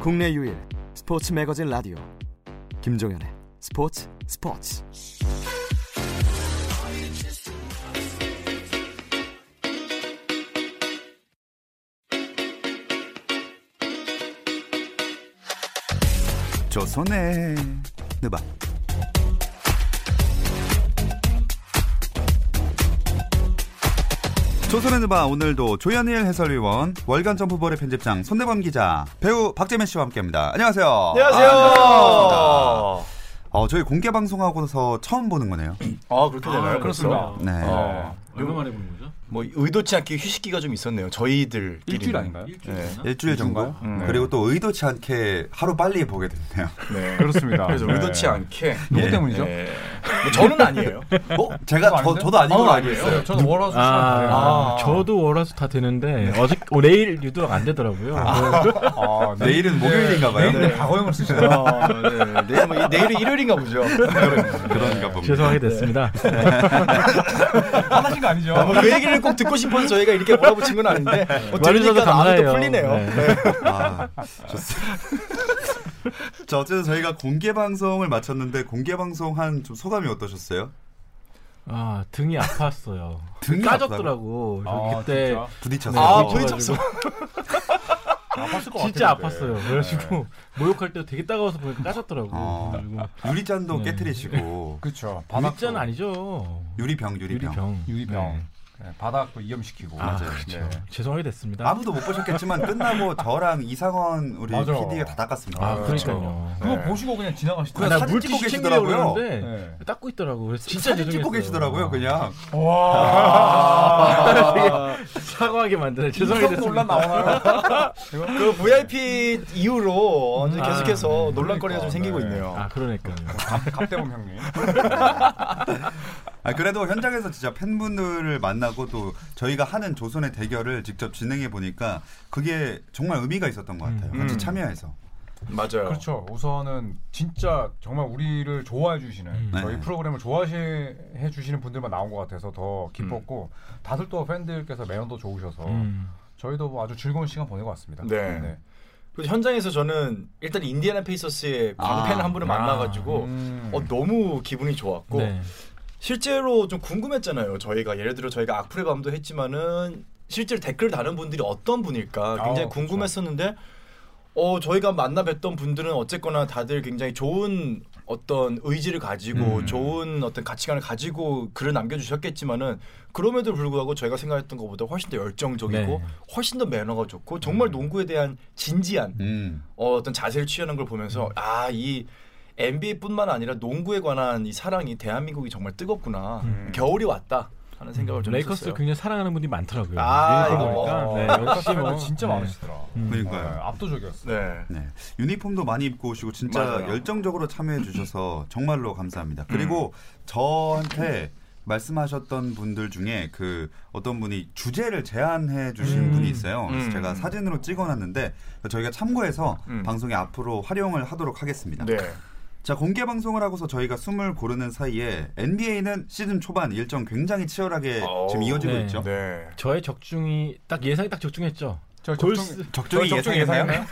국내 유일 스포츠 매거진 라디오 김종현의 스포츠 스포츠 조선의 느바 조선의 느바 오늘도 조현일 해설위원 월간 점프볼의 편집장 손대범 기자 배우 박재민 씨와 함께합니다. 안녕하세요. 아, 안녕하세요. 반갑습니다. 아, 어, 저희 공개 방송하고서 처음 보는 거네요. 아, 그렇게 되나요? 아, 그렇습니다. 네. 어. 얼마 만에 보는 거죠? 뭐 의도치 않게 휴식기가 좀 있었네요. 저희들 일주일 아닌가요? 일주일 네. 되나? 일주일 정도? 음. 그리고 또 의도치 않게 하루 빨리 보게 됐네요. 네. 그렇습니다. 그래서 네. 의도치 않게. 누구 예. 때문이죠? 예. 뭐 저는 아니에요. 어? 제가 저, 아닌데? 저도 아닌 걸로 알고 있어요. 예, 저는 월화수 아, 아. 저도 월화수 다 되는데 어제 어, 내일 유도가 안 되더라고요. 아, 네. 내일은 목요일인가 봐요. 네. 박호영을 쓰죠. 그렇죠. 아, 네. 내일 뭐, 내일은 일요일인가 보죠. 그런가 봅니다. 죄송하게 됐습니다. 네. 화나신 거 아니죠? 아, 뭐그 얘기를 꼭 듣고 싶어서 저희가 이렇게 몰아붙인 건 아닌데 뭐 들으니까 와주셔서 나도 감사해요. 풀리네요. 네. 아, 좋습니다. 자, 어쨌든 저희가 공개 방송을 마쳤는데 공개 방송 한 좀 소감이 어떠셨어요? 아 등이 아팠어요. 등이 까졌더라고. 아, 그때 진짜? 부딪혔어요. 네, 아, 부딪혀가지고. 부딪혔어. 아팠을 것 진짜 같아요, 아팠어요. 그때. 네. 그래가지고 목욕할 때 되게 따가워서 보니까 까졌더라고. 어. 그리고 유리잔도 네. 깨뜨리시고 그렇죠. 바닥 바닥잔 아니죠. 유리병 유리병. 유리병. 유리병. 네. 네, 바닥도 이염시키고. 아, 맞아요. 그렇죠. 죄송하게 됐습니다. 아무도 못 보셨겠지만 끝나고 저랑 이상원 우리 맞아. PD가 다 닦았습니다. 아, 그렇죠. 그러니까요. 그거 네. 보시고 그냥 지나가시더라고요. 아, 나 사진 찍고 물티슈 계시더라고요. 챙기려고 그러는데 네. 닦고 있더라고. 그래서 진짜 사진 찍고 죄송했어요. 계시더라고요, 그냥. 와. 사과하게 만드네. 죄송하게 이런 됐습니다. 논란 나오나요? 그 VIP 이후로 완전히 아, 계속해서 논란거리가 그러니까, 좀 생기고 네. 있네요. 아 그러니까요. 갑대범 형님. 아, 그래도 현장에서 진짜 팬분들을 만나고 또 저희가 하는 조선의 대결을 직접 진행해 보니까 그게 정말 의미가 있었던 것 같아요. 음. 같이 음. 참여해서. 맞아요. 그렇죠. 우선은 진짜 정말 우리를 좋아해 주시는 음. 저희 네. 프로그램을 좋아해 주시는 분들만 나온 것 같아서 더 기뻤고 다들 또 팬들께서 매너도 좋으셔서 음. 저희도 뭐 아주 즐거운 시간 보내고 왔습니다. 네. 그리고 현장에서 저는 일단 인디애나 페이서스의 광팬 아. 한 분을 만나가지고 음. 어, 너무 기분이 좋았고 네. 실제로 좀 궁금했잖아요. 저희가 예를 들어 저희가 악플의 밤도 했지만은 실제로 댓글 다는 분들이 어떤 분일까 굉장히 아, 궁금했었는데 어 저희가 만나 뵀던 분들은 어쨌거나 다들 굉장히 좋은 어떤 의지를 가지고 좋은 어떤 가치관을 가지고 글을 남겨주셨겠지만은 그럼에도 불구하고 저희가 생각했던 것보다 훨씬 더 열정적이고 네. 훨씬 더 매너가 좋고 정말 농구에 대한 진지한 음. 어, 어떤 자세를 취하는 걸 음. 보면서 아 이 NBA뿐만 아니라 농구에 관한 이 사랑이 대한민국이 정말 뜨겁구나 겨울이 왔다 하는 생각을 좀 음. 레이커스 했었어요. 굉장히 사랑하는 분이 많더라고요. 아, 얘기 이거 들어보니까. 어, 네, 역시 역시 뭐 진짜 네. 많으시더라. 그러니까요. 네, 압도적이었어. 네. 네. 유니폼도 많이 입고 오시고 진짜 맞아요. 열정적으로 참여해 주셔서 정말로 감사합니다. 그리고 저한테 말씀하셨던 분들 중에 그 어떤 분이 주제를 제안해 주신 음. 분이 있어요. 그래서 음. 제가 사진으로 찍어놨는데 저희가 참고해서 음. 방송에 앞으로 활용을 하도록 하겠습니다. 네. 자 공개 방송을 하고서 저희가 숨을 고르는 사이에 NBA는 시즌 초반 일정 굉장히 치열하게 어우, 지금 이어지고 네. 있죠. 네. 저의 적중이 딱 예상이 딱 적중했죠. 저 골스 적중이 저 적중 예상이세요? 예상이나요?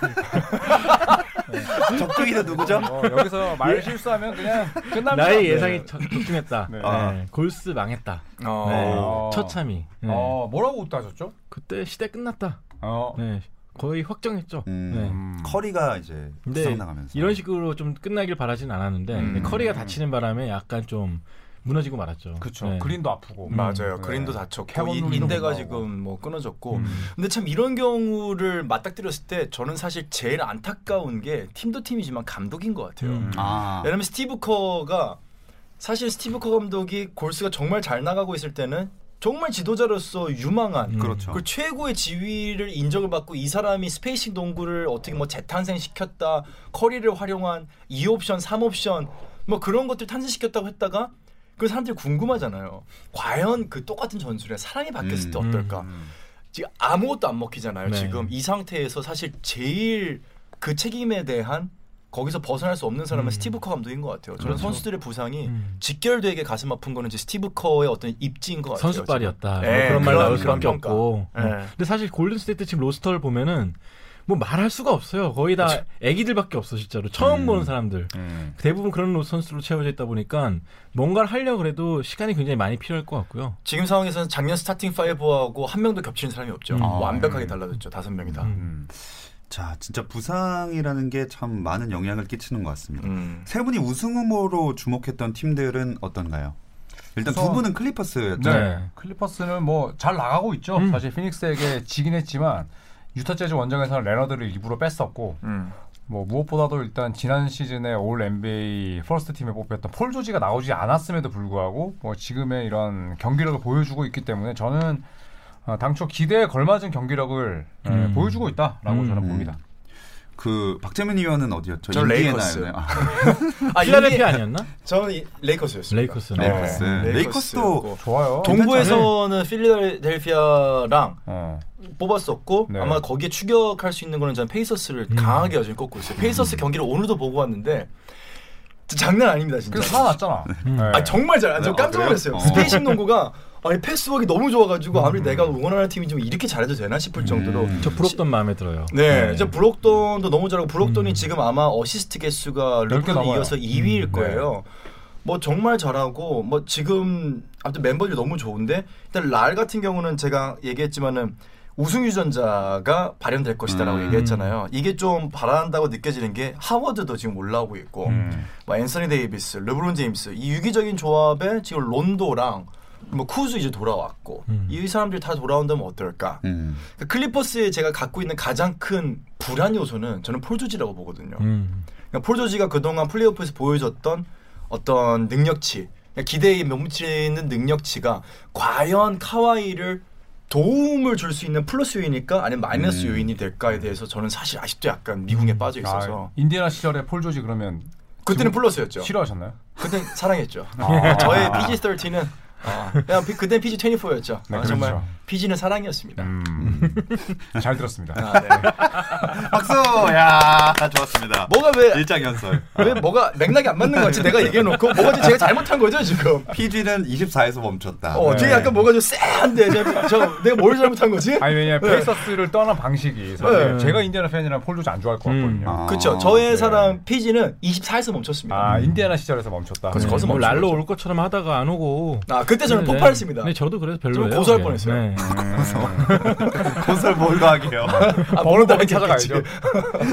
적중이는 누구죠? 어, 여기서 말 실수하면 그냥 끝납니다. 나의 네. 예상이 적- 적중했다. 네. 네. 아. 골스 망했다. 어. 네. 어. 처참히. 네. 어, 뭐라고 웃다셨죠? 그때 시대 끝났다. 어. 네. 거의 확정했죠. 음. 네. 음. 커리가 이제 근데 부상 나가면서 네. 이런 식으로 좀 끝나길 바라진 않았는데 음. 커리가 다치는 바람에 약간 좀 무너지고 말았죠. 그렇죠. 네. 그린도 아프고. 맞아요. 네. 그린도 다쳤고 캐번 이- 룰도 인대가 못 지금 뭐 끊어졌고. 음. 근데 참 이런 경우를 맞닥뜨렸을 때 저는 사실 제일 안타까운 게 팀도 팀이지만 감독인 것 같아요. 음. 아. 왜냐면 스티브 커가 사실 스티브 커 감독이 골스가 정말 잘 나가고 있을 때는 정말 지도자로서 유망한 음. 그렇죠. 그 최고의 지위를 인정을 받고 이 사람이 스페이싱 농구를 어떻게 뭐 재탄생시켰다 커리를 활용한 2옵션 3옵션 뭐 그런 것들 탄생시켰다고 했다가 그 사람들이 궁금하잖아요 과연 그 똑같은 전술에 사람이 바뀌었을 때 음. 어떨까 지금 아무것도 안 먹히잖아요 네. 지금 이 상태에서 사실 제일 그 책임에 대한 거기서 벗어날 수 없는 사람은 스티브 커 감독인 것 같아요. 저런 음. 그렇죠. 선수들의 부상이 음. 직결되게 가슴 아픈 거는 이제 스티브 커의 어떤 입지인 것 같아요. 선수빨이었다. 뭐 지금. 예, 그런 말 그런- 나올 수밖에 그런 평가. 없고. 예. 어. 근데 사실 골든스테이트 지금 로스터를 보면은 뭐 말할 수가 없어요. 거의 다 애기들밖에 없어 진짜로. 처음 음. 보는 사람들. 예. 대부분 그런 로- 선수로 채워져 있다 보니까 뭔가를 하려고 해도 시간이 굉장히 많이 필요할 것 같고요. 지금 상황에서는 작년 스타팅 5하고 한 명도 겹치는 사람이 없죠. 음. 완벽하게 달라졌죠. 다섯 명이 다. 음. 자, 진짜 부상이라는 게 참 많은 영향을 끼치는 것 같습니다. 음. 세 분이 우승 후보로 주목했던 팀들은 어떤가요? 일단 우선- 두 분은 클리퍼스였죠. 네. 네. 클리퍼스는 뭐 잘 나가고 있죠. 음. 사실 피닉스에게 지긴 했지만 유타 재즈 원정에서는 레너드를 일부러 뺐었고 음. 뭐 무엇보다도 일단 지난 시즌에 올 NBA 퍼스트 팀에 뽑혔던 폴 조지가 나오지 않았음에도 불구하고 뭐 지금의 이런 경기력을 보여주고 있기 때문에 저는 어, 당초 기대에 걸맞은 경기력을 예, 음. 보여주고 있다라고 음. 저는 봅니다. 그 박재민 의원은 어디였죠? 저 인디애나였나요? 레이커스. 아, 아, 필라델피아 이게- 아니었나? 저는 이- 레이커스였습니다. 레이커스. 네. 레이커스. 레이커스도 레이커스였고. 좋아요. 동부에서는 필라델피아랑 어. 뽑았었고 네. 아마 거기에 추격할 수 있는 거는 저는 페이서스를 강하게 아주 꼽고 있어요. 페이서스 경기를 오늘도 보고 왔는데 진짜 장난 아닙니다 진짜. 그래서 살아났잖아. 예. 아 정말 잘. 저 네, 깜짝 아, 놀랐어요. 그래요? 어. 스페이싱 농구가 아니 패스웍이 너무 좋아가지고 아무리 내가 응원하는 팀이 좀 이렇게 잘해도 되나 싶을 정도로. 음. 저 부럽던 마음에 들어요. 네, 이제 브록돈도 너무 잘하고 브록돈이 지금 아마 어시스트 개수가 개 르브론 넘어요. 이어서 2위일 음, 거예요. 뭐 정말 잘하고 뭐 지금 아무튼 멤버들이 너무 좋은데 일단 랄 같은 경우는 제가 얘기했지만은 우승 유전자가 발현될 것이다라고 얘기했잖아요. 이게 좀 바란다고 느껴지는 게 하워드도 지금 올라오고 있고 뭐 앤서니 데이비스, 르브론 제임스 이 유기적인 조합에 지금 론도랑 뭐 쿠즈 이제 돌아왔고 이 사람들이 다 돌아온다면 어떨까? 음. 그 클리퍼스에 제가 갖고 있는 가장 큰 불안 요소는 저는 폴 조지라고 보거든요. 음. 그러니까 폴 조지가 그동안 플레이오프에서 보여줬던 어떤 능력치, 그러니까 기대에 못 미치는 능력치가 과연 카와이를 도움을 줄 수 있는 플러스 요인일까 아니면 마이너스 음. 요인이 될까에 대해서 저는 사실 아직도 약간 미궁에 빠져 아, 있어서 인디애나 시절에 폴 조지 그러면 그때는 플러스였죠. 싫어하셨나요? 그때 사랑했죠. 어, 아. 저의 PG13은 아, 그냥 피- 그땐 PG24였죠. 네, 아, 정말 그렇죠. PG는 사랑이었습니다. 음. 잘 들었습니다. 아, 네. 박수! 야 좋았습니다. 뭐가 왜 일장연설. 아, 왜 네, 뭐가 맥락이 안 맞는 것 같지? 내가 얘기해놓고 뭐가 좀 제가 잘못한 거죠 지금? PG는 24에서 멈췄다. 어, 뒤에 네. 약간 뭐가 좀 쎄한데 저, 저 내가 뭘 잘못한 거지? 아니 왜냐 면 네. 페이서스를 떠난 방식이 사실 네. 제가 인디애나 팬이라 폴 조지 안 좋아할 것 같거든요. 아. 그렇죠. 저의 네. 사람 피지는 24에서 멈췄습니다. 아 인디애나 시절에서 멈췄다. 네. 그래서 거기서 뭐 멈추는 랄로 거죠. 올 것처럼 하다가 안 오고. 아 그때 저는 네, 네. 그렇죠. 폭발했습니다. 네, 저도 그래서 별로예요. 저는 고소할 네. 뻔했어요. 네. 아, 고설 뭘로 하게요? 아, 뭐는 법원 다르게 찾아가야죠. 했겠지.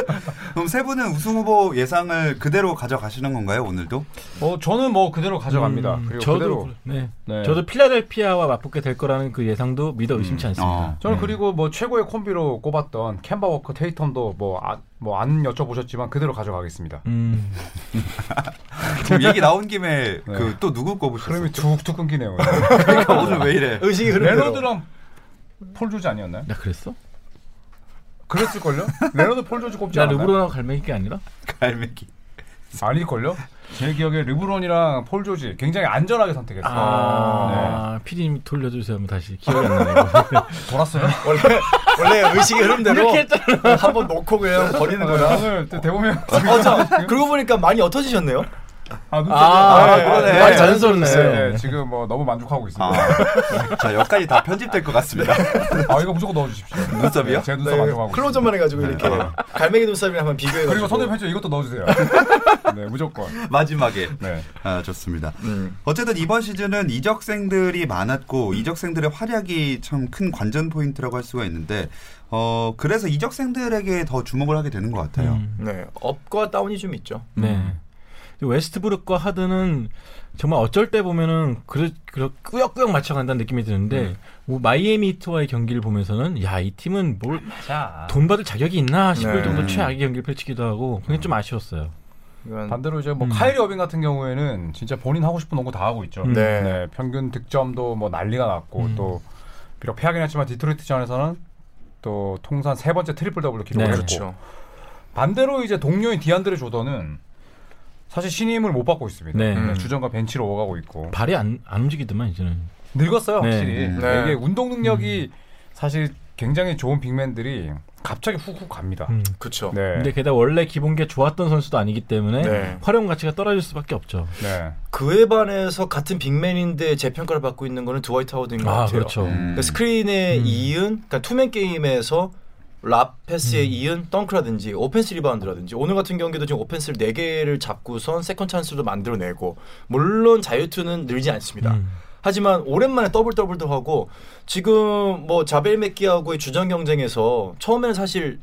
그럼 세 분은 우승 후보 예상을 그대로 가져가시는 건가요 오늘도? 어 저는 뭐 그대로 가져갑니다. 음, 그리고 저도 그대로 그- 네. 네. 저도 필라델피아와 맞붙게 될 거라는 그 예상도 믿어 의심치 음. 않습니다. 어. 저는 그리고 뭐 최고의 콤비로 꼽았던 캔바 워커 테이텀도 뭐안 아, 뭐안 여쭤보셨지만 그대로 가져가겠습니다. 음. 지금 그 얘기 나온 네. 김에 그 또 누구 꼽으셨어요? 흐름이 툭툭 끊기네요. 그러니까 오늘 왜 이래? 의식이 흐르는 대로. 레너드랑 폴 조지 아니었나요? 나 그랬어? 그랬을 걸요? 레너드 폴 조지 꼽지 나 않았나요? 르브론하고 갈매기 게 아니라? 갈매기. 아닐 걸요? 제 기억에 르브론이랑 폴 조지 굉장히 안전하게 선택했어요. 아, 피디님 돌려주세요. 하면 다시 기억이 안 나네요. 네. 돌았어요. 원래 원래 의식이 흐름대로 아, 한번 놓고 그냥 버리는 거야. 오늘 또 대보면 어, 저 그러고 보니까 많이 옅어지셨네요. 아, 눈썹이- 아, 네, 그러네. 네, 많이 네. 자연스럽네요. 네, 네, 지금 뭐 너무 만족하고 있습니다. 아. 아, 자 여기까지 다 편집될 것 같습니다. 이거 무조건 넣어주십시오. 눈썹이요? 네, 제 눈썹 네, 만족하고 있습니다. 클로즈만 해가지고 이렇게 갈매기 눈썹이랑 한번 비교해. 그리고 선대 편집 이것도 넣어주세요. 네, 무조건. 마지막에. 네. 아 좋습니다. 음. 어쨌든 이번 시즌은 이적생들이 많았고 이적생들의 활약이 참 큰 관전 포인트라고 할 수가 있는데 어 그래서 이적생들에게 더 주목을 하게 되는 것 같아요. 음. 네 업과 다운이 좀 있죠. 네. 웨스트브룩과 하드는 정말 어쩔 때 보면은 그래 그래 꾸역꾸역 맞춰간다는 느낌이 드는데 뭐 마이애미 히트와의 경기를 보면서는 야 이 팀은 뭘 돈 자. 받을 자격이 있나 싶을 네. 정도 최악의 경기를 펼치기도 하고 그게 좀 아쉬웠어요. 이건 반대로 이제 뭐 음. 카이리 어빙 같은 경우에는 진짜 본인 하고 싶은 농구 다 하고 있죠. 음. 네. 평균 득점도 뭐 난리가 났고 음. 또 비록 패하긴 했지만 디트로이트전에서는 또 통산 세 번째 트리플 더블을 네. 기록했고 그렇죠. 반대로 이제 동료인 디안드레 조던은 사실 신임을 못 받고 있습니다. 네. 네, 주전과 벤치로 오가고 있고 발이 안, 안 움직이더만 이제는. 늙었어요 네. 확실히 그러니까 음. 네. 이게 운동 능력이 사실 굉장히 좋은 빅맨들이 갑자기 훅훅 갑니다. 음. 그렇죠. 네. 근데 게다가 원래 기본기가 좋았던 선수도 아니기 때문에 네. 활용 가치가 떨어질 수밖에 없죠. 네. 그에 반해서 같은 빅맨인데 재평가를 받고 있는 거는 드와이트 하워드인 것 아 같아요. 그렇죠. 음. 그러니까 스크린에 음. 이은 그러니까 투맨 게임에서 랍 패스에 음. 이은 덩크라든지 오펜스 리바운드라든지 오늘 같은 경기도 지금 오펜스를 4개를 잡고선 세컨 찬스도 만들어내고 물론 자유투는 늘지 않습니다. 음. 하지만 오랜만에 더블 더블도 하고 지금 뭐 자벨 맥기하고의 주전 경쟁에서 처음에는 사실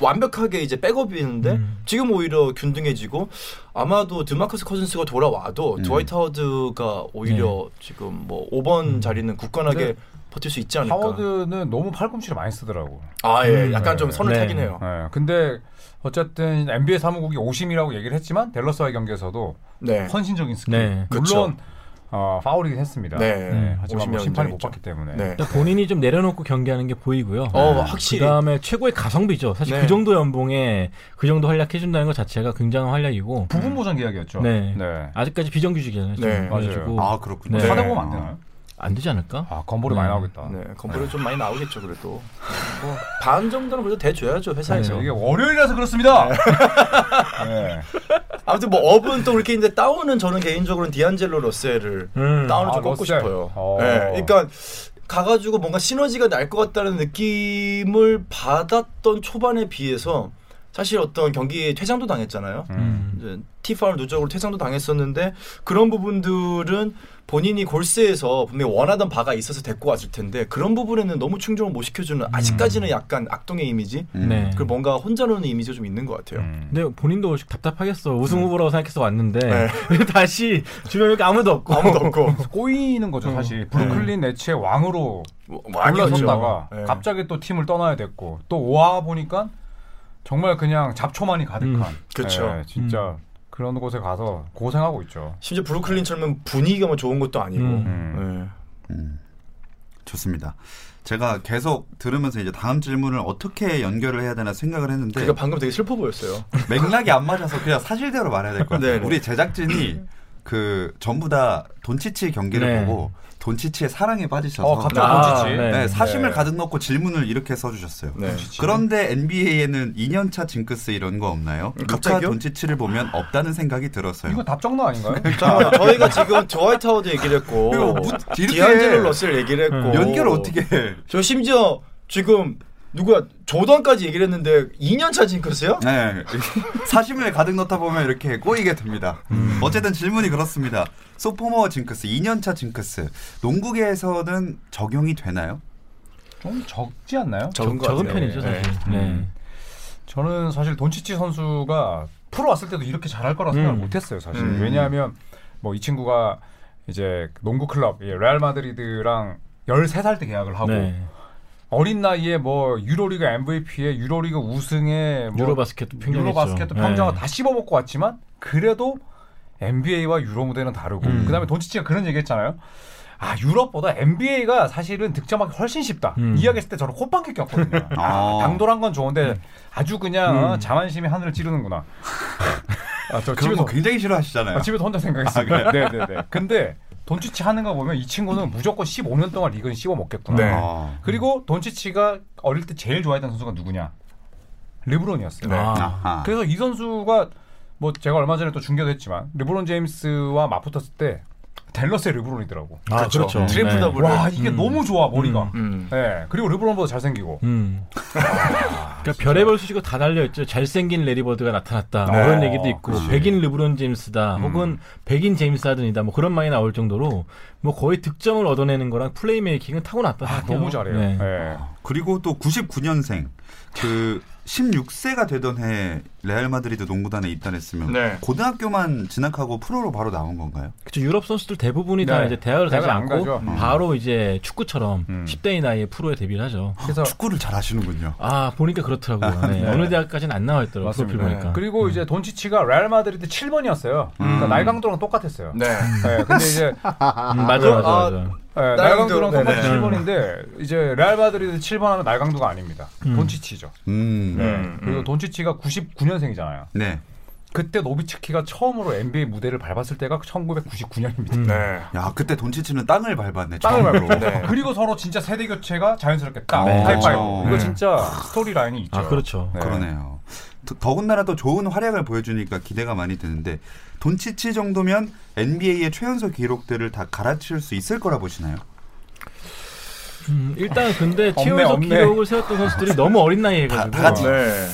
완벽하게 이제 백업이었는데 음. 지금 오히려 균등해지고 아마도 드마커스 커즌스가 돌아와도 음. 드와이트 하워드가 오히려 네. 지금 뭐 5번 음. 자리는 굳건하게 근데 버틸 수 있지 않을까. 하워드는 너무 팔꿈치를 많이 쓰더라고. 아 예, 음. 약간 좀 네. 선을 네. 타긴 해요. 네. 근데 어쨌든 NBA 사무국이 오심이라고 얘기를 했지만 댈러스와의 경기에서도 네, 헌신적인 스킬. 네. 물론 어, 파울이긴 했습니다. 네, 네, 하지만 오심이라는 뭐 심판이 점이 못 있죠. 봤기 때문에. 네. 그러니까 본인이 좀 내려놓고 경기하는 게 보이고요. 네. 어, 확실히. 그다음에 최고의 가성비죠. 사실 네. 그 정도 연봉에 그 정도 활약해 준다는 것 자체가 굉장한 활약이고 부분 보전 계약이었죠. 네. 네. 아직까지 비정규직이잖아요. 네, 지금. 맞아요. 그래가지고 아 그렇군요. 네. 사다 보면 안 되나요? 안 되지 않을까? 아, 건보이 네. 많이 나오겠다. 네, 건물이 좀 많이 나오겠죠 그래도 뭐반 정도는 그래도 대줘야죠 회사에서. 네, 이게 월요일이라서 그렇습니다. 네. 아무튼 뭐 업은 또 그렇게 있는데 다운은 저는 개인적으로는 디안젤로 러셀을 음. 다운을 아, 좀 꺾고 러셀. 싶어요. 어. 네, 그러니까 가가지고 뭔가 시너지가 날 것 같다는 느낌을 받았던 초반에 비해서 사실 어떤 경기에 퇴장도 당했잖아요. 음. 이제 티파울 누적으로 퇴장도 당했었는데 그런 부분들은 본인이 골스에서 분명히 원하던 바가 있어서 데리고 왔을 텐데 그런 부분에는 너무 충족을 못 시켜주는 아직까지는 약간 악동의 이미지 음. 네. 그리고 뭔가 혼자로는 이미지가 좀 있는 것 같아요. 음. 근데 본인도 답답하겠어. 우승 후보라고 생각해서 왔는데 다시 주변에 이렇게 아무도 없고 아무도 없고 꼬이는 거죠, 사실. 브루클린 네츠의 왕으로 뭐, 올라섰다가 네. 갑자기 또 팀을 떠나야 됐고 또 오아 보니까 정말 그냥 잡초만이 가득한. 음, 그쵸. 예, 진짜 그런 곳에 가서 고생하고 있죠. 심지어 브루클린처럼 분위기가 뭐 좋은 것도 아니고 예. 음. 음, 좋습니다. 제가 계속 들으면서 이제 다음 질문을 어떻게 연결을 해야 되나 생각을 네. 했는데 그러니까 방금 되게 슬퍼 보였어요. 맥락이 안 맞아서 그냥 사실대로 말해야 될 것 같아요. 네네. 우리 제작진이 그 전부 다 돈치치 경기를 네. 보고 돈치치의 사랑에 빠지셔서 어, 갑자기 아, 던지지. 네. 네, 사심을 네. 가득 넣고 질문을 이렇게 써주셨어요. 네. 그런데 NBA에는 2년차 징크스 이런 거 없나요? 갑자기요? 루카 돈치치를 보면 없다는 생각이 들었어요. 이거 답정너 아닌가요? 자, 저희가 지금 드와이트 하워드 얘기를 했고 이거 뭐 이렇게 음. 디안젤로 러셀 얘기를 했고 연결을 어떻게 해? 저 심지어 지금 누구야 조던까지 얘기를 했는데 2년차 징크스요? 네. 사심을 가득 넣다 보면 이렇게 꼬이게 됩니다. 음. 어쨌든 질문이 그렇습니다. 소포머 징크스, 2년차 징크스. 농구계에서는 적용이 되나요? 좀 적지 않나요? 적은 것 적은 같아요. 편이죠 네. 사실. 네. 음. 저는 사실 돈치치 선수가 프로 왔을 때도 이렇게 잘할 거라 생각을 음. 못했어요 사실 음. 왜냐하면 뭐 이 친구가 이제 농구 클럽 예, 레알 마드리드랑 13살 때 계약을 하고 네. 어린 나이에 뭐 유로리그 MVP에 유로리그 우승에 뭐 유로바스켓도 평정했죠. 네. 유로바스켓도 평정을 다 씹어먹고 왔지만 그래도 NBA와 유로 무대는 다르고 음. 그다음에 돈치치가 그런 얘기했잖아요. 아 유럽보다 NBA가 사실은 득점하기 훨씬 쉽다. 음. 이야기했을 때 저는 콧방귀 꼈거든요. 아. 당돌한 건 좋은데 아주 그냥 음. 자만심이 하늘을 찌르는구나. 아, 저 그런 집에서 거뭐 굉장히 싫어하시잖아요. 아, 집에서 혼자 생각했어요. 아, 음. 네네네. 근데 돈치치 하는 거 보면 이 친구는 무조건 15년 동안 리그는 씹어 먹겠구나. 네. 아. 그리고 돈치치가 어릴 때 제일 좋아했던 선수가 누구냐? 르브론이었어요. 네. 아. 아하. 그래서 이 선수가 뭐 제가 얼마 전에 또 중계도 했지만 르브론 제임스와 맞붙었을 때 댈러스의 르브론이더라고. 아, 그렇죠. 어. 트리플 네. 더블. 와 이게 너무 좋아 머리가. 음. 네. 그리고 르브론보다 잘생기고. 음. 그러니까 별의별 수식어 다 달려 있죠. 잘생긴 레리버드가 나타났다. 뭐 네. 음. 그런 얘기도 있고 그치. 백인 르브론 제임스다. 혹은 백인 제임스 하든이다. 뭐 그런 말이 나올 정도로 뭐 거의 득점을 얻어내는 거랑 플레이메이킹은 타고났다. 아 생각해요. 너무 잘해요. 네. 네. 그리고 또 99년생. 그 16세가 되던 해 레알 마드리드 농구단에 입단했으면 네. 고등학교만 진학하고 프로로 바로 나온 건가요? 그쵸, 유럽 선수들 대부분이 다 네. 이제 대학을 가지 대학을 안 않고 가죠. 음. 바로 이제 축구처럼 음. 10대의 나이에 프로에 데뷔를 하죠. 그래서 축구를 잘 하시는군요. 아 보니까 그렇더라고요. 네. 네. 어느 대학까지는 안 나와 있더라고요. 맞습니다. 네. 프로필 아. 보니까. 그리고 음. 이제 돈치치가 레알 마드리드 7번이었어요. 음. 그러니까 나이 강도랑 똑같았어요. 네. 네, 근데 이제 음, 맞아 맞아 아, 맞아. 네, 날강도, 날강도랑 네네. 똑같이 음. 7번인데 이제 레알 마드리드 7번 하면 음. 날강도가 아닙니다. 돈치치죠. 음. 그리고 돈치치가 99년생이잖아요. 네. 그때 노비츠키가 처음으로 NBA 무대를 밟았을 때가 1999년입니다. 음. 네. 야 그때 돈치치는 땅을 밟았네. 땅을 처음으로. 밟고 그리고 서로 진짜 세대 교체가 자연스럽게 딱 네. 하이파이브 그렇죠. 이거 네. 진짜 스토리 라인이 있죠. 아 그렇죠. 네. 그러네요. 더- 더군다나 또 좋은 활약을 보여주니까 기대가 많이 드는데 돈치치 정도면 NBA의 최연소 기록들을 다 갈아치울 수 있을 거라 보시나요? 음, 일단 근데 없네, 최연소 없네. 기록을 세웠던 선수들이 너무 어린 나이에 가지고 다 같이. 네.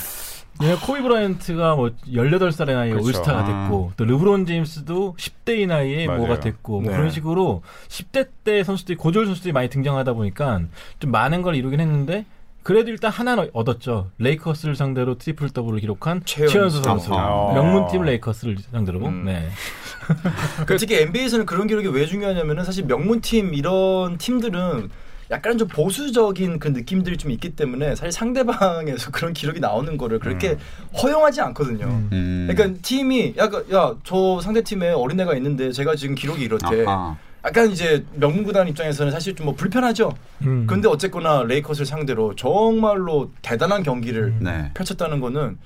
예, 코비 브라이언트가 뭐 18살의 나이에 그렇죠. 올스타가 아. 됐고 또 르브론 제임스도 10대의 나이에 맞아요. 뭐가 됐고 뭐 네. 그런 식으로 10대 때 선수들이 고졸 선수들이 많이 등장하다 보니까 좀 많은 걸 이루긴 했는데 그래도 일단 하나는 얻었죠. 레이커스를 상대로 트리플 더블을 기록한 최연소. 최연소 선수. 아. 명문팀 레이커스를 상대로. 음. 네. 그 특히 NBA에서는 그런 기록이 왜 중요하냐면은 사실 명문팀 이런 팀들은 약간 좀 보수적인 그 느낌들이 좀 있기 때문에 사실 상대방에서 그런 기록이 나오는 거를 그렇게 허용하지 않거든요. 음. 그러니까 팀이 약간 야저 상대 팀에 어린애가 있는데 제가 지금 기록이 이렇대. 아하. 약간 이제 명문 구단 입장에서는 사실 좀 뭐 불편하죠. 음. 근데 어쨌거나 레이커스를 상대로 정말로 대단한 경기를 네. 펼쳤다는 거는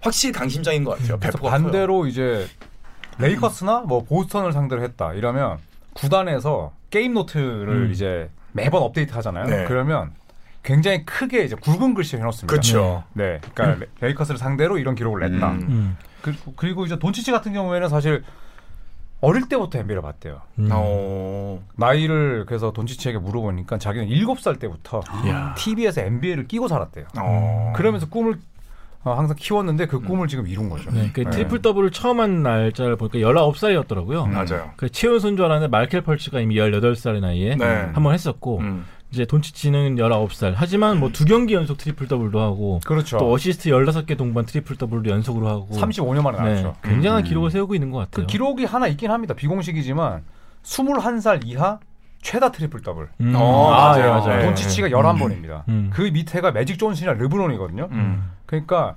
확실히 강심장인 것 같아요. 음, 그래서 배포가 커요. 반대로 이제 레이커스나 뭐 보스턴을 상대로 했다 이러면 구단에서 게임 노트를 음. 이제 매번 업데이트 하잖아요. 네. 그러면 굉장히 크게 이제 굵은 글씨로 해놓습니다. 그렇죠. 네, 그러니까 레- 레이커스를 상대로 이런 기록을 네. 냈다. 음. 음. 그, 리고 이제 돈치치 같은 경우에는 사실 어릴 때부터 NBA를 봤대요. 음. 어. 나이를 그래서 돈치치에게 물어보니까 자기는 7살 때부터 야. TV에서 NBA를 끼고 살았대요. 어. 그러면서 꿈을 어, 항상 키웠는데 그 꿈을 지금 이룬 거죠. 네, 그 네. 트리플 더블을 처음 한 날짜를 보니까 19살이었더라고요. 음. 맞아요. 그 최연소인 줄 알았는데 마이클 펄츠가 이미 18살의 나이에 네. 한 번 했었고 음. 이제 돈치치는 19살. 하지만 뭐 두 경기 연속 트리플 더블도 하고 음. 그렇죠. 또 어시스트 15개 동반 트리플 더블도 연속으로 하고 35년 만에 네, 나왔죠. 굉장한 음. 기록을 세우고 있는 것 그 같아요. 기록이 하나 있긴 합니다. 비공식이지만 21살 이하 최다 트리플 더블. 음. 어, 아, 맞아요. 예, 맞아요. 네. 돈치치가 11번입니다. 음. 그 밑에가 매직 존슨이나 르브론이거든요. 음. 그러니까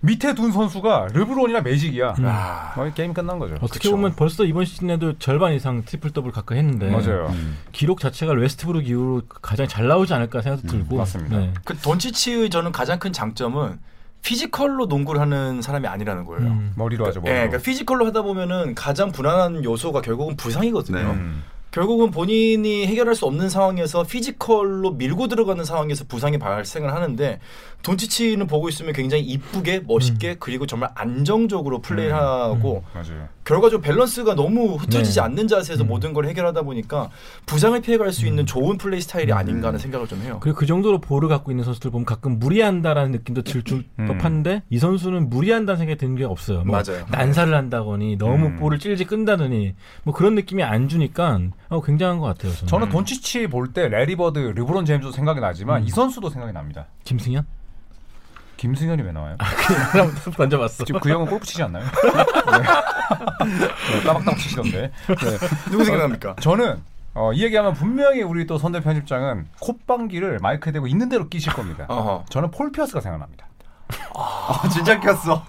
밑에 둔 선수가 르브론이나 매직이야. 음. 아. 거의 게임 끝난 거죠. 어떻게 보면 벌써 이번 시즌에도 절반 이상 트리플 더블 가까이 했는데 맞아요. 기록 자체가 웨스트브룩 이후로 가장 잘 나오지 않을까 생각도 들고 음, 맞습니다. 네. 그 돈치치의 저는 가장 큰 장점은 피지컬로 농구를 하는 사람이 아니라는 거예요. 음. 머리로 하죠. 예, 머리로. 그러니까 피지컬로 하다 보면은 가장 불안한 요소가 결국은 부상이거든요. 네. 음. 결국은 본인이 해결할 수 없는 상황에서 피지컬로 밀고 들어가는 상황에서 부상이 발생을 하는데 돈치치는 보고 있으면 굉장히 이쁘게 멋있게 그리고 정말 안정적으로 플레이를 하고 맞아요. 결과적으로 밸런스가 너무 흐트러지지 네. 않는 자세에서 모든 걸 해결하다 보니까 부상을 피해갈 수 있는 좋은 플레이 스타일이 아닌가 하는 생각을 좀 해요. 그리고 그 정도로 볼을 갖고 있는 선수들 보면 가끔 무리한다라는 느낌도 들 줄 음. 법한데 이 선수는 무리한다는 생각이 드는 게 없어요. 뭐 맞아요. 난사를 한다거니 너무 음. 볼을 찔지 끈다더니 뭐 그런 느낌이 안 주니까 어, 굉장한 것 같아요. 저는, 저는 돈치치 볼 때 레리버드, 르브론 제임스도 생각이 음. 나지만 이 선수도 생각이 납니다. 김승현 김승현이 왜 나와요? 그냥 던져봤어. 지금 그 형은 골프 치지 않나요? 네. 네, 따박따박 치시던데. 네. 누구 생각합니까? 저는 어, 이 얘기하면 분명히 우리 또 선대 편집장은 콧방귀를 마이크에 대고 있는 대로 끼실 겁니다. 어허. 아, 저는 폴 피어스가 생각납니다. 아 진짜 켰어.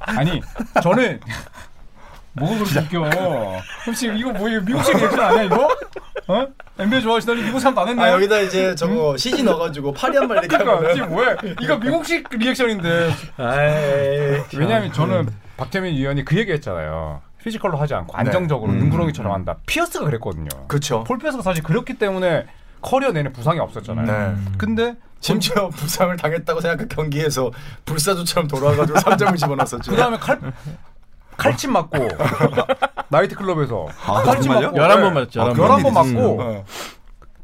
아니 저는 뭐가 그렇게 웃겨? 혹시 이거 뭐 이거 미국식 리액션 아니야 이거? 어? NBA 좋아하시더니 미국 사람도 안 아 했네. 여기다 이제 저거 CG 넣어가지고 파리 한 마리 이렇게 그러니까 하면은 지금 뭐해? 이거 미국식 리액션인데 왜냐하면 저는 박재민 위원이 그 얘기했잖아요. 피지컬로 하지 않고 안정적으로 음, 능구렁이처럼 한다. 피어스가 그랬거든요. 네. 그렇죠. 폴 피어스가 사실 그렇기 때문에 커리어 내내 부상이 없었잖아요. 네. 근데 심지어 부상을 당했다고 생각한 경기에서 불사조처럼 돌아와가지고 3점을 집어넣었었죠. 그 다음에 칼 칼침 맞고 그러니까 나이트 클럽에서 아, 칼침 정말요? 맞고 네. 11번 맞았죠. 아, 11번. 음. 그런 11번 일이지. 맞고 어.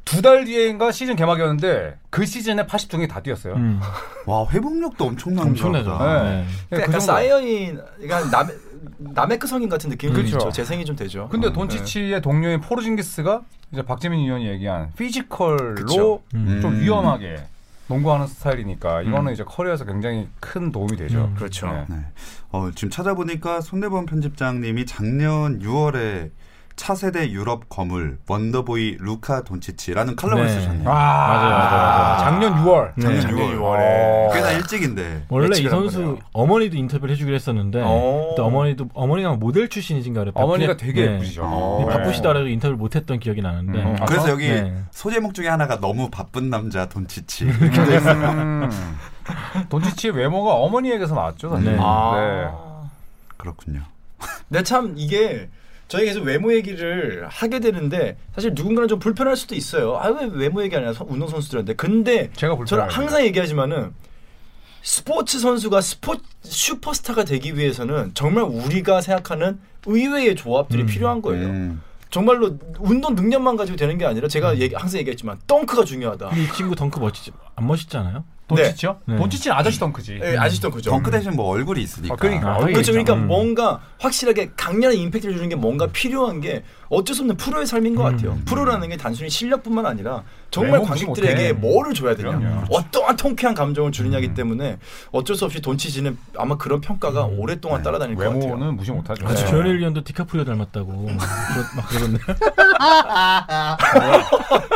두 달 뒤에인가 시즌 개막이었는데 그 시즌에 82경기 다 뛰었어요. 음, 와 회복력도 엄청난 엄청나죠. 거다. 네. 네, 그러니까 그 약간 정도. 사이언이 그러니까 남의 남의 끄성인 같은 느낌이 좀 그쵸. 있죠. 재생이 좀 되죠. 근데 어, 네. 돈치치의 동료인 포르징기스가 이제 박재민 위원이 얘기한 피지컬로 그쵸. 음. 좀 음. 위험하게 농구하는 스타일이니까 이거는 이제 커리어에서 굉장히 큰 도움이 되죠. 음. 그렇죠. 네. 네. 어, 지금 찾아보니까 손대범 편집장님이 작년 6월에 차세대 유럽 거물 원더보이 루카 돈치치라는 칼럼을 네. 쓰셨네요. 맞아요, 맞아요, 맞아요. 작년 6월. 네. 작년 6월에. 어. 꽤나 일찍인데. 원래 이 예측을 한 선수 거네요. 어머니도 인터뷰를 해주기로 했었는데 어. 그때 어머니도 어머니가 모델 출신이신가 그래요. 어머니가 바쁘- 되게 네. 예쁘시죠. 어. 네, 바쁘시다라고 인터뷰를 못했던 기억이 나는데 음. 아, 그래서 여기 네. 소제목 중에 하나가 너무 바쁜 남자 돈치치. 음. 돈치치의 외모가 어머니에게서 나왔죠, 사실. 네. 네. 아. 그렇군요. 근데 참 이게 저희 계속 외모 얘기를 하게 되는데 사실 누군가는 좀 불편할 수도 있어요. 아 왜 외모 얘기 아니야 운동 선수들한테. 근데 제가 불편해요. 저는 항상 얘기하지만은 스포츠 선수가 스포 슈퍼스타가 되기 위해서는 정말 우리가 생각하는 의외의 조합들이 필요한 거예요. 음. 정말로 운동 능력만 가지고 되는 게 아니라 제가 얘기, 항상 얘기했지만 덩크가 중요하다. 근데 이 친구 덩크 멋지지 안 멋있잖아요? 돈치치요? 네. 돈치치는 아저씨 덩크지. 예, 아시죠 그죠? 덩크 대신 뭐 얼굴이 있으니까. 아, 그러니까. 아, 얼굴이 그렇죠. 있잖아. 그러니까 뭔가 확실하게 강렬한 임팩트를 주는 게 뭔가 필요한 게 어쩔 수 없는 프로의 삶인 것 같아요. 프로라는 게 단순히 실력뿐만 아니라 정말 외모 보지 관객들에게 못해. 뭐를 줘야 되냐, 그럼요. 어떠한 통쾌한 감정을 주느냐기 때문에 어쩔 수 없이 돈치지는 아마 그런 평가가 오랫동안 따라다닐 것 그러니까. 같아요. 외모는 무시 못하죠. 아주 네. 조현일 위원도 디카프리오 닮았다고 그러- 막 그러던데.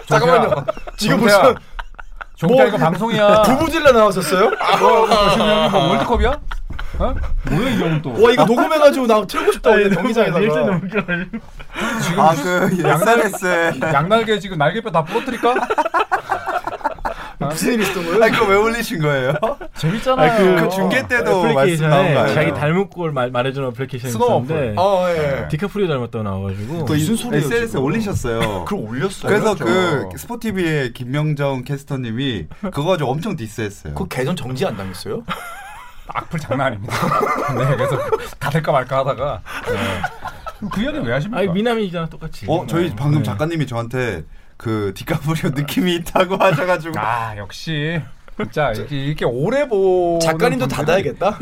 잠깐만요. 지금 무슨 종태야 뭐- 이거 방송이야. 부부질라 나왔었어요? 아. 이거 뭐 월드컵이야? 어? 뭐야 이 형은 또. 와 이거 녹음해가지고 나 틀고 싶다. 오늘 경기장에다가. 지금 아, 그 SNS에. 양날개 지금 날개뼈 다 부러뜨릴까? 무슨 일이 있었던 거예요? 어. 아, 그거 왜 올리신 거예요? 재밌잖아요. 그 중계 때도 말씀 나온 거 애플리케이션에 아니에요? 자기 닮은 꼴 말, 말해주는 애플리케이션이 스노우 있었는데 아 예. 디카프리오 닮았다고 나와가지고 어. 또 무슨 이- 소리예요, SNS에 지금? 올리셨어요. 그걸 올렸어요. 그래서 그렇죠. 그 스포티비의 김명정 캐스터님이 그거 아주 엄청 디스했어요. 그 계정 정지 안 당했어요? 악플 장난 아닙니다. 네, 그래서 다 될까 말까 하다가 네. 그 이야기 왜 하십니까? 아니 미남이잖아 똑같이. 네. 어, 저희 방금 작가님이 저한테 그 디카프리오 느낌이 있다고 하셔가지고 아 역시 진짜 이렇게, 이렇게 오래 보 작가님도 닫아야겠다.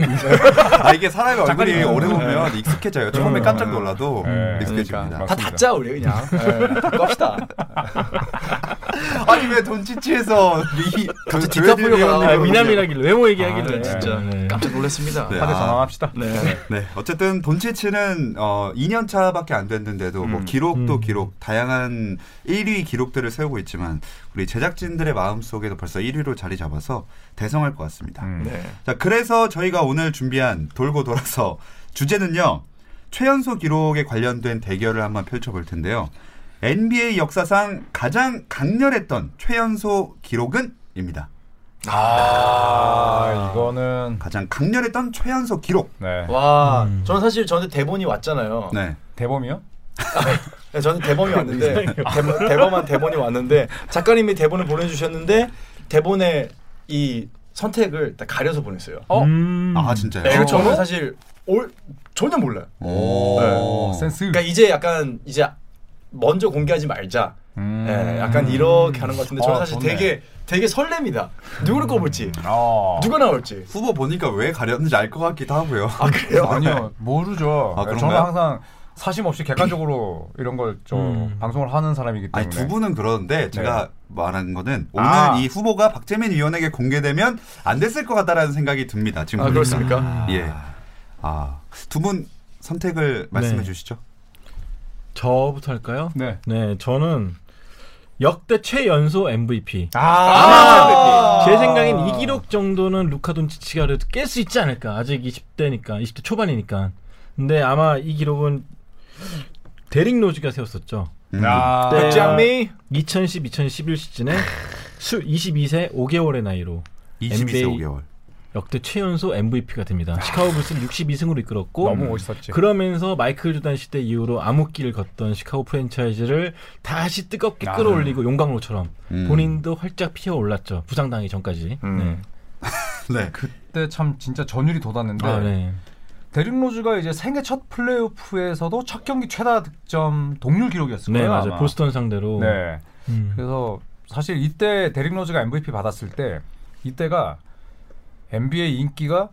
아 이게 사람의 얼굴이 작가님. 오래 보면 익숙해져요. 처음에 깜짝 놀라도 네, 익숙해집니다. 그러니까. 다 닫자 우리 그냥. 예, 닫고 합시다. 아니 왜 돈치치에서 이그 아, 갑자기 조현일 의원님을 디카프리오가 아, 나와요. 미남이라길래 외모 얘기하길래 네, 진짜 네. 깜짝 놀랐습니다. 네, 다들 아. 전환합시다. 네. 네, 어쨌든 돈치치는 어, 2년 차밖에 안 됐는데도 뭐 기록도 음. 기록, 다양한 1위 기록들을 세우고 있지만 우리 제작진들의 마음 속에도 벌써 1위로 자리 잡아서 대성할 것 같습니다. 음. 네. 자, 그래서 저희가 오늘 준비한 돌고 돌아서 주제는요. 최연소 기록에 관련된 대결을 한번 펼쳐볼 텐데요. NBA 역사상 가장 강렬했던 최연소 기록은입니다. 아 이거는 가장 강렬했던 최연소 기록. 네 와, 저는 사실 저한테 대본이 왔잖아요. 네. 대범이요? 네, 저는 대범이 왔는데 대범, 대범한 대본이 왔는데 작가님이 대본을 보내주셨는데 대본에 이 선택을 딱 가려서 보냈어요. 어? 음. 아, 진짜요? 네, 이거 저는 어? 사실 올 전혀 몰라요. 오. 어, 센스. 그러니까 이제 약간 이제 먼저 공개하지 말자. 음. 예, 약간 이렇게 하는 것 같은데 저는 어, 사실 좋네. 되게 되게 설렙니다. 누구를 꼽을지 아. 누가 나올지. 후보 보니까 왜 가렸는지 알 것 같기도 하고요. 아 그래요? 아니요 모르죠. 아, 그런가요? 저는 항상 사심 없이 객관적으로 이런 걸 좀 음. 방송을 하는 사람이기 때문에. 아니 두 분은 그러는데 네. 제가 말한 거는 오늘 아. 이 후보가 박재민 위원에게 공개되면 안 됐을 것 같다라는 생각이 듭니다. 지금 아 보니까. 그렇습니까? 예. 아, 두 분 선택을 말씀해 네. 주시죠. 저부터 할까요? 네. 네, 저는 역대 최연소 MVP. 아. 아. 제 생각엔 이 기록 정도는 루카 돈치치가 그래도 깰 수 있지 않을까. 아직 20대니까, 20대 초반이니까. 근데 아마 이 기록은 데릭 로즈가 세웠었죠. 음. 아. 네. 백장미 2010, 2011 시즌에 수 22세 5개월의 나이로 22세 NBA 5개월. 역대 최연소 MVP가 됩니다. 시카고 불스는 62승으로 이끌었고 너무 멋있었지. 그러면서 마이클 조단 시대 이후로 암흑기를 걷던 시카고 프랜차이즈를 다시 뜨겁게 아. 끌어올리고 용광로처럼 음. 본인도 활짝 피어 올랐죠. 부상당하기 전까지. 음. 네. 그때 참 진짜 전율이 돋았는데 네. 아, 네. 데릭 로즈가 이제 생애 첫 플레이오프에서도 첫 경기 최다 득점 동률 기록이었을 네, 거예요. 맞아요. 아마. 보스턴 상대로. 네. 음. 그래서 사실 이때 데릭 로즈가 MVP 받았을 때 이때가 NBA 인기가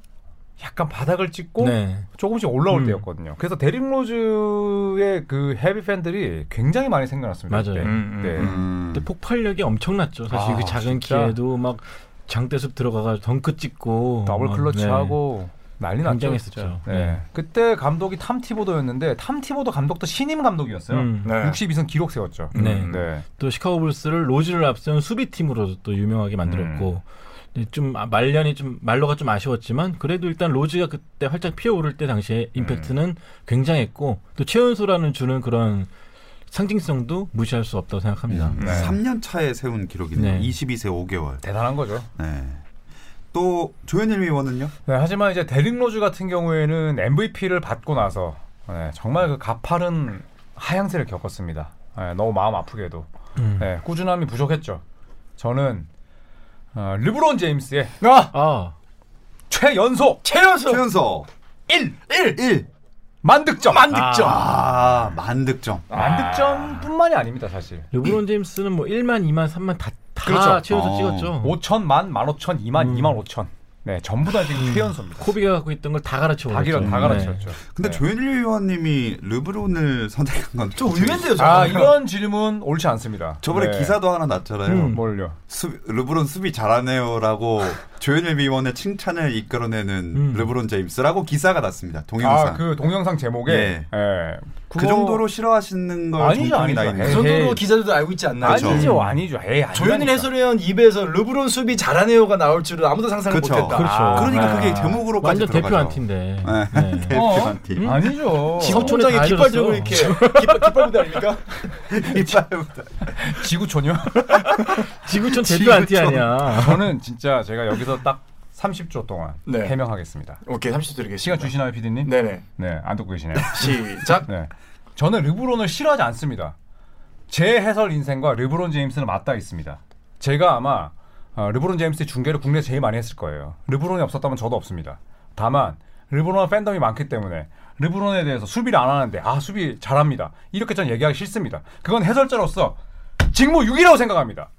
약간 바닥을 찍고 네. 조금씩 올라올 음. 때였거든요. 그래서 데릭 로즈의 그 헤비 팬들이 굉장히 많이 생겨났습니다. 맞아요. 그때. 음, 음, 네. 음. 근데 폭발력이 엄청났죠. 사실 아, 그 작은 진짜. 키에도 막 장대숲 들어가가 덩크 찍고 더블 막, 클러치하고 난리 났죠. 아, 네. 굉장했었죠. 진짜. 네. 네. 그때 감독이 탐 티보도였는데 탐 티보도 감독도 신임 감독이었어요. 음. 네. 62승 기록 세웠죠. 네. 음, 네. 또 시카고 불스를 로즈를 앞세운 수비팀으로도 또 유명하게 만들었고 근데 좀 아- 말년이 좀 말로가 좀 아쉬웠지만 그래도 일단 로즈가 그때 활짝 피어오를 때 당시에 임팩트는 굉장했고 또 최연소라는 주는 그런 상징성도 무시할 수 없다고 생각합니다. 음. 네. 3년 차에 세운 기록이네요. 네. 22세 5개월. 대단한 거죠. 네. 또 조현일 의원은요? 네, 하지만 이제 데릭 로즈 같은 경우에는 MVP를 받고 나서 네, 정말 그 가파른 하향세를 겪었습니다. 네, 너무 마음 아프게도 음. 네, 꾸준함이 부족했죠. 저는 어, 르브론 제임스의 아, 최연소 최연소 최연소 1 1 1. 만득점. 만득점. 아, 만득점. 만득점뿐만이 아닙니다, 사실. 르브론 제임스는 뭐 1만, 2만, 3만 다, 다 그렇죠. 최연소 어. 찍었죠. 5천, 만, 만 오천, 이만, 이만 오천. 네, 전부 다 지금 최연소입니다. 코비가 갖고 있던 걸 다 가르쳐 다 버렸죠. 길어, 다 가르쳤죠. 근데 네. 조현일 의원님이 르브론을 선택한 건 좀 의외인데요. 아, 저는. 이런 질문 옳지 않습니다. 저번에 네. 기사도 하나 났잖아요. 음. 뭘요? 수- 르브론 수비 잘하네요라고 조현일 위원의 칭찬을 이끌어내는 음. 르브론 제임스라고 기사가 났습니다. 동영상. 아, 그, 그 동영상 제목에 예. 예. 그거- 정도로 싫어하시는 걸 아니죠, 정통이 나 아니죠. 있네요. 그 에이. 정도로 기자들도 알고 있지 않나요? 그렇죠. 아니죠, 아니죠. 에이, 어? 조현일 해설위원 입에서 르브론 수비 잘하네요가 나올 줄은 아무도 상상을 그렇죠. 못했다. 그렇죠. 아, 그러니까 네. 그게 제목으로까지 완전 대표 들어가죠. 한 팀인데. 네. 네. 대표한테 음? 아니죠. 그렇죠. 지구- 성촌에 다 깃발 해줬어. 들고 이렇게 깃발 깃발 부대 아닙니까? 이빨부터 지구촌이요? 지구촌 대표 안티 아니야. 저는 진짜 제가 여기서 딱 30초 동안 네. 해명하겠습니다. 오케이 30초 드리겠습니다. 시간 주시나요, 피디님? 네네 네, 안 듣고 계시네요. 시작. 네. 저는 르브론을 싫어하지 않습니다. 제 해설 인생과 르브론 제임스는 맞닿아 있습니다. 제가 아마 어, 르브론 제임스의 중계를 국내에서 제일 많이 했을 거예요. 르브론이 없었다면 저도 없습니다. 다만 르브론 팬덤이 많기 때문에 르브론에 대해서 수비를 안 하는데 아 수비 잘합니다. 이렇게 저는 얘기하기 싫습니다. 그건 해설자로서 직무유기라고 생각합니다.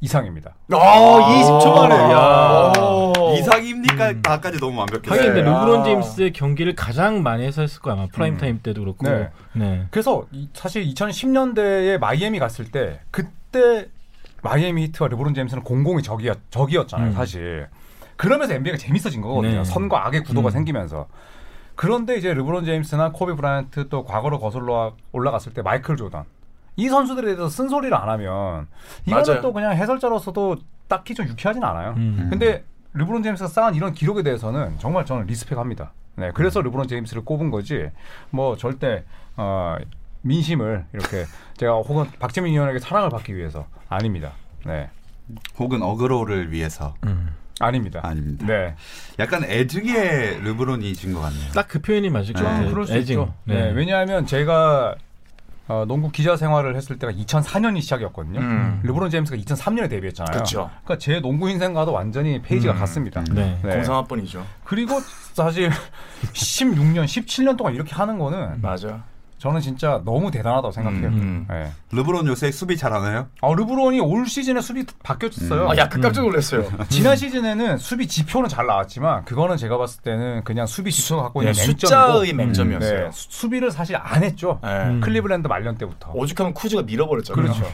이상입니다. 아 20초 만에. 야. 오. 이상입니까? 다까지 너무 완벽해요. 하긴 근데 네. 르브론 아. 제임스의 경기를 가장 많이 해서 했을 거야. 아마 프라임 타임 때도 그렇고. 음. 네. 네. 그래서 이- 사실 2010년대에 마이애미 갔을 때 그때 마이애미 히트와 르브론 제임스는 공공이 적이었, 적이었잖아요, 음. 사실. 그러면서 NBA가 재밌어진 거거든요. 네. 선과 악의 구도가 음. 생기면서. 그런데 이제 르브론 제임스나 코비 브라이언트 또 과거로 거슬러 올라갔을 때 마이클 조던 이 선수들에 대해서 쓴소리를 안 하면 이거는 맞아요. 또 그냥 해설자로서도 딱히 좀 유쾌하진 않아요. 음. 근데 르브론 제임스가 쌓은 이런 기록에 대해서는 정말 저는 리스펙합니다. 네, 그래서 르브론 제임스를 꼽은 거지. 뭐 절대 어, 민심을 이렇게 제가 혹은 박재민 의원에게 사랑을 받기 위해서 아닙니다. 네, 혹은 어그로를 위해서 아닙니다. 아닙니다. 네, 약간 애증의 르브론이 진 것 같네요. 딱 그 표현이 맞을 것 네, 같아요. 그럴 수 애징. 있죠. 네. 왜냐하면 제가 어, 농구 기자 생활을 했을 때가 2004년이 시작이었거든요. 음. 르브론 제임스가 2003년에 데뷔했잖아요. 그쵸. 그러니까 제 농구 인생과도 완전히 페이지가 같습니다. 네. 네. 공상학번이죠. 그리고 사실 16년, 17년 동안 이렇게 하는 거는 맞아. 저는 진짜 너무 대단하다고 생각해요. 음. 예. 르브론 요새 수비 잘하나요? 아, 르브론이 올 시즌에 수비 바뀌었어요. 아 약간 깜짝 놀랐어요. 지난 시즌에는 수비 지표는 잘 나왔지만 그거는 제가 봤을 때는 그냥 수비 지표가 갖고 네, 음, 있는 숫자의 맹점이고 맹점이었어요. 네, 수- 수비를 사실 안 했죠. 네. 음. 클리블랜드 말년 때부터. 오죽하면 쿠즈가 밀어버렸잖아요. 그렇죠.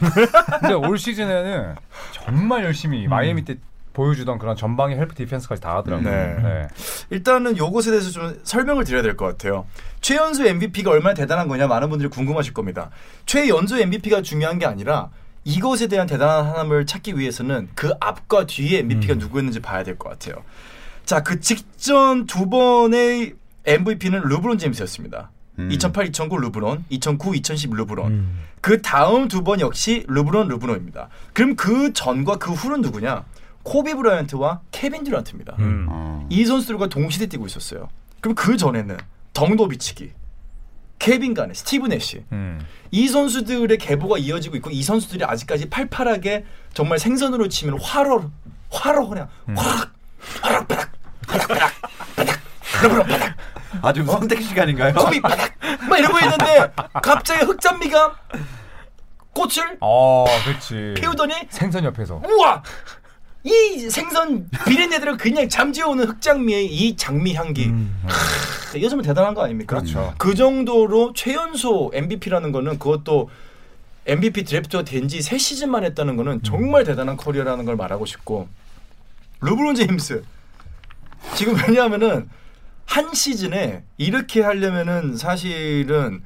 근데 올 시즌에는 정말 음. 열심히 마이애미 때 보여주던 그런 전방의 헬프 디펜스까지 다 하더라고요. 네. 네. 일단은 요것에 대해서 좀 설명을 드려야 될 것 같아요. 최연소 MVP가 얼마나 대단한 거냐 많은 분들이 궁금하실 겁니다. 최연소 MVP가 중요한 게 아니라 이것에 대한 대단한 하나님을 찾기 위해서는 그 앞과 뒤에 음. MVP가 누구였는지 봐야 될 것 같아요. 자, 그 직전 두 번의 MVP는 르브론 제임스였습니다. 음. 2008, 2009 르브론, 2009, 2010 르브론. 음. 그 다음 두 번 역시 르브론, 르브론입니다. 그럼 그 전과 그 후는 누구냐? 코비 브라이언트와 케빈 듀란트입니다. 음. 어. 이 선수들과 동시대 뛰고 있었어요. 그럼 그 전에는 덩도비치기, 케빈 가네, 스티브 내시 음. 이 선수들의 계보가 이어지고 있고 이 선수들이 아직까지 팔팔하게 정말 생선으로 치면 화로 화로 그냥 화락 화락 바닥 바닥 바닥 바닥 그러므로 바닥 아, 지금 선택 시간인가요? 소비 바닥 막 이러고 있는데 갑자기 흑잔미가 꽃을 아, 그렇지. 피우더니 생선 옆에서. 우와! 이 생선 비린내들을 그냥 잠재우는 흑장미의 이 장미 향기. 크, 이거 정말 대단한 거 아닙니까? 음. 그렇죠. 그 정도로 최연소 MVP라는 거는 그것도 MVP 드래프트가 된 지 세시즌만 했다는 음. 거는 정말 대단한 커리어라는 걸 말하고 싶고 르브론 제임스 지금 왜냐하면은 한 시즌에 이렇게 하려면은 사실은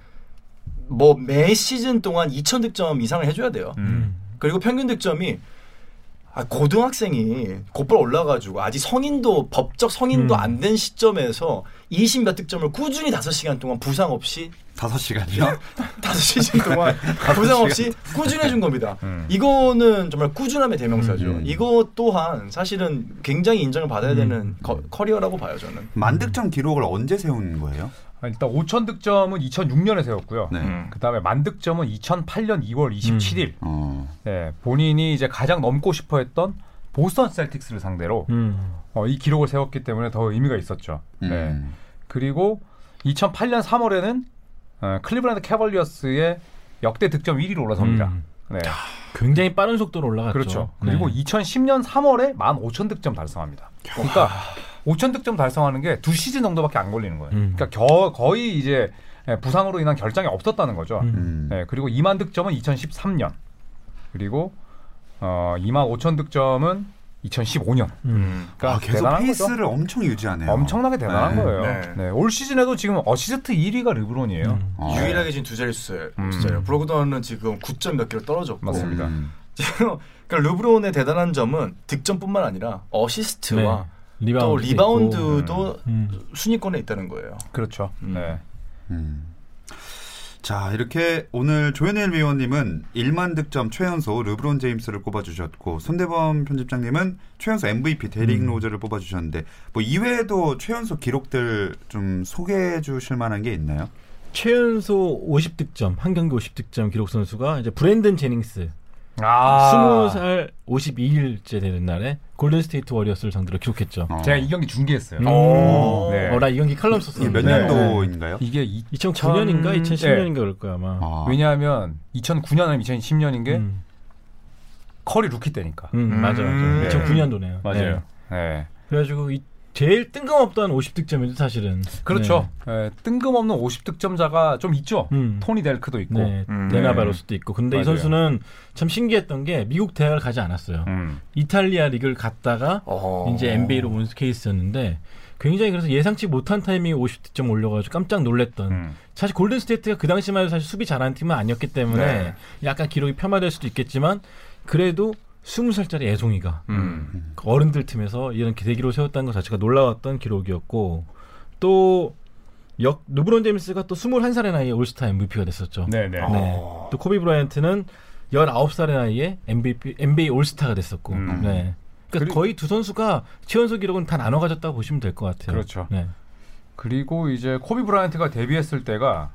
뭐 매 시즌 동안 2000득점 이상을 해줘야 돼요. 음. 그리고 평균 득점이 아, 고등학생이 곧바로 올라가지고 아직 성인도 법적 성인도 음. 안 된 시점에서 20몇 득점을 꾸준히 5시간 동안 부상 없이 다섯 시간이요? 5시즌 동안 부상 없이 꾸준히 해준 겁니다. 이거는 정말 꾸준함의 대명사죠. 음, 음. 이거 또한 사실은 굉장히 인정을 받아야 되는 거- 커리어라고 봐요 저는. 만득점 기록을 언제 세운 거예요? 아, 일단 5천 득점은 2006년에 세웠고요. 네. 그다음에 만 득점은 2008년 2월 27일. 음. 어. 네, 본인이 이제 가장 넘고 싶어했던 보스턴 셀틱스를 상대로 음. 어, 이 기록을 세웠기 때문에 더 의미가 있었죠. 네. 음. 그리고 2008년 3월에는 어, 클리브랜드 캐벌리어스의 역대 득점 1위로 올라섭니다. 음. 네, 굉장히 빠른 속도로 올라갔죠. 그렇죠. 그리고 네. 2010년 3월에 15,000 득점 달성합니다. 그러니까 5,000 득점 달성하는 게 두 시즌 정도밖에 안 걸리는 거예요. 음. 그러니까 겨- 거의 이제 예, 부상으로 인한 결장이 없었다는 거죠. 음. 음. 네, 그리고 2만 득점은 2013년. 그리고 어, 2만 5천 득점은 2015년. 음. 그러니까 아, 계속 대단한 거죠. 페이스를 엄청 유지하네요. 엄청나게 대단한 네. 거예요. 네. 네. 올 시즌에도 지금 어시스트 1위가 르브론이에요. 음. 어. 유일하게 지금 두 자릿수예요. 음. 진짜요. 브로그던은 지금 9점 몇 개로 떨어졌고 맞습니다. 음. 지금 그러니까 르브론의 대단한 점은 득점뿐만 아니라 어시스트와 또 네. 리바운드 리바운드도 음. 순위권에 있다는 거예요. 그렇죠. 음. 네. 음. 자 이렇게 오늘 조현일 위원님은 1만 득점 최연소 르브론 제임스를 꼽아주셨고 손대범 편집장님은 최연소 MVP 데릭 로저를 뽑아주셨는데 뭐 이외에도 최연소 기록들 좀 소개해 주실 만한 게 있나요? 최연소 50득점, 한 경기 50득점 기록 선수가 이제 브랜든 제닝스 아. 20살 52일째 되는 날에 골든 스테이트 워리어스를 상대로 기록했죠. 어. 제가 이 경기 중계했어요. 음. 오. 네. 어, 나 이 경기 칼럼 이게 썼었는데. 몇 년도인가요? 이게 이- 2009년인가 2000 2010년인가 그럴 거야 아마. 아. 왜냐하면 2009년 아니면 2010년인 게 음. 커리 루키 때니까. 음, 음. 맞아, 맞아. 네. 2009년도네요. 맞아요. 네. 그래가지고 이 제일 뜬금없던 50득점이죠 사실은. 그렇죠. 네, 뜬금없는 50득점자가 좀 있죠. 네. 음. 토니 델크도 있고. 네, 음. 데나바로스도 있고. 근데 이 맞아요. 선수는 참 신기했던 게 미국 대학을 가지 않았어요. 음. 이탈리아 리그를 갔다가 어. 이제 NBA로 온 케이스였는데 굉장히 그래서 예상치 못한 타이밍에 50득점 올려가지고 깜짝 놀랬던. 음. 사실 골든 스테이트가 그 당시만 해도 사실 수비 잘하는 팀은 아니었기 때문에 네. 약간 기록이 폄하될 수도 있겠지만 그래도 20살짜리 애송이가 음. 그 어른들 팀에서 이런 대기로 세웠다는 것 자체가 놀라웠던 기록이었고 또 역, 르브론 제임스가 또 21살의 나이에 올스타 MVP가 됐었죠. 네네. 네. 또 코비 브라이언트는 19살의 나이에 MVP, NBA 올스타가 됐었고. 음. 네. 그러니까 그리- 거의 두 선수가 최연소 기록은 다 나눠 가졌다고 보시면 될 것 같아요. 그렇죠. 네. 그리고 이제 코비 브라이언트가 데뷔했을 때가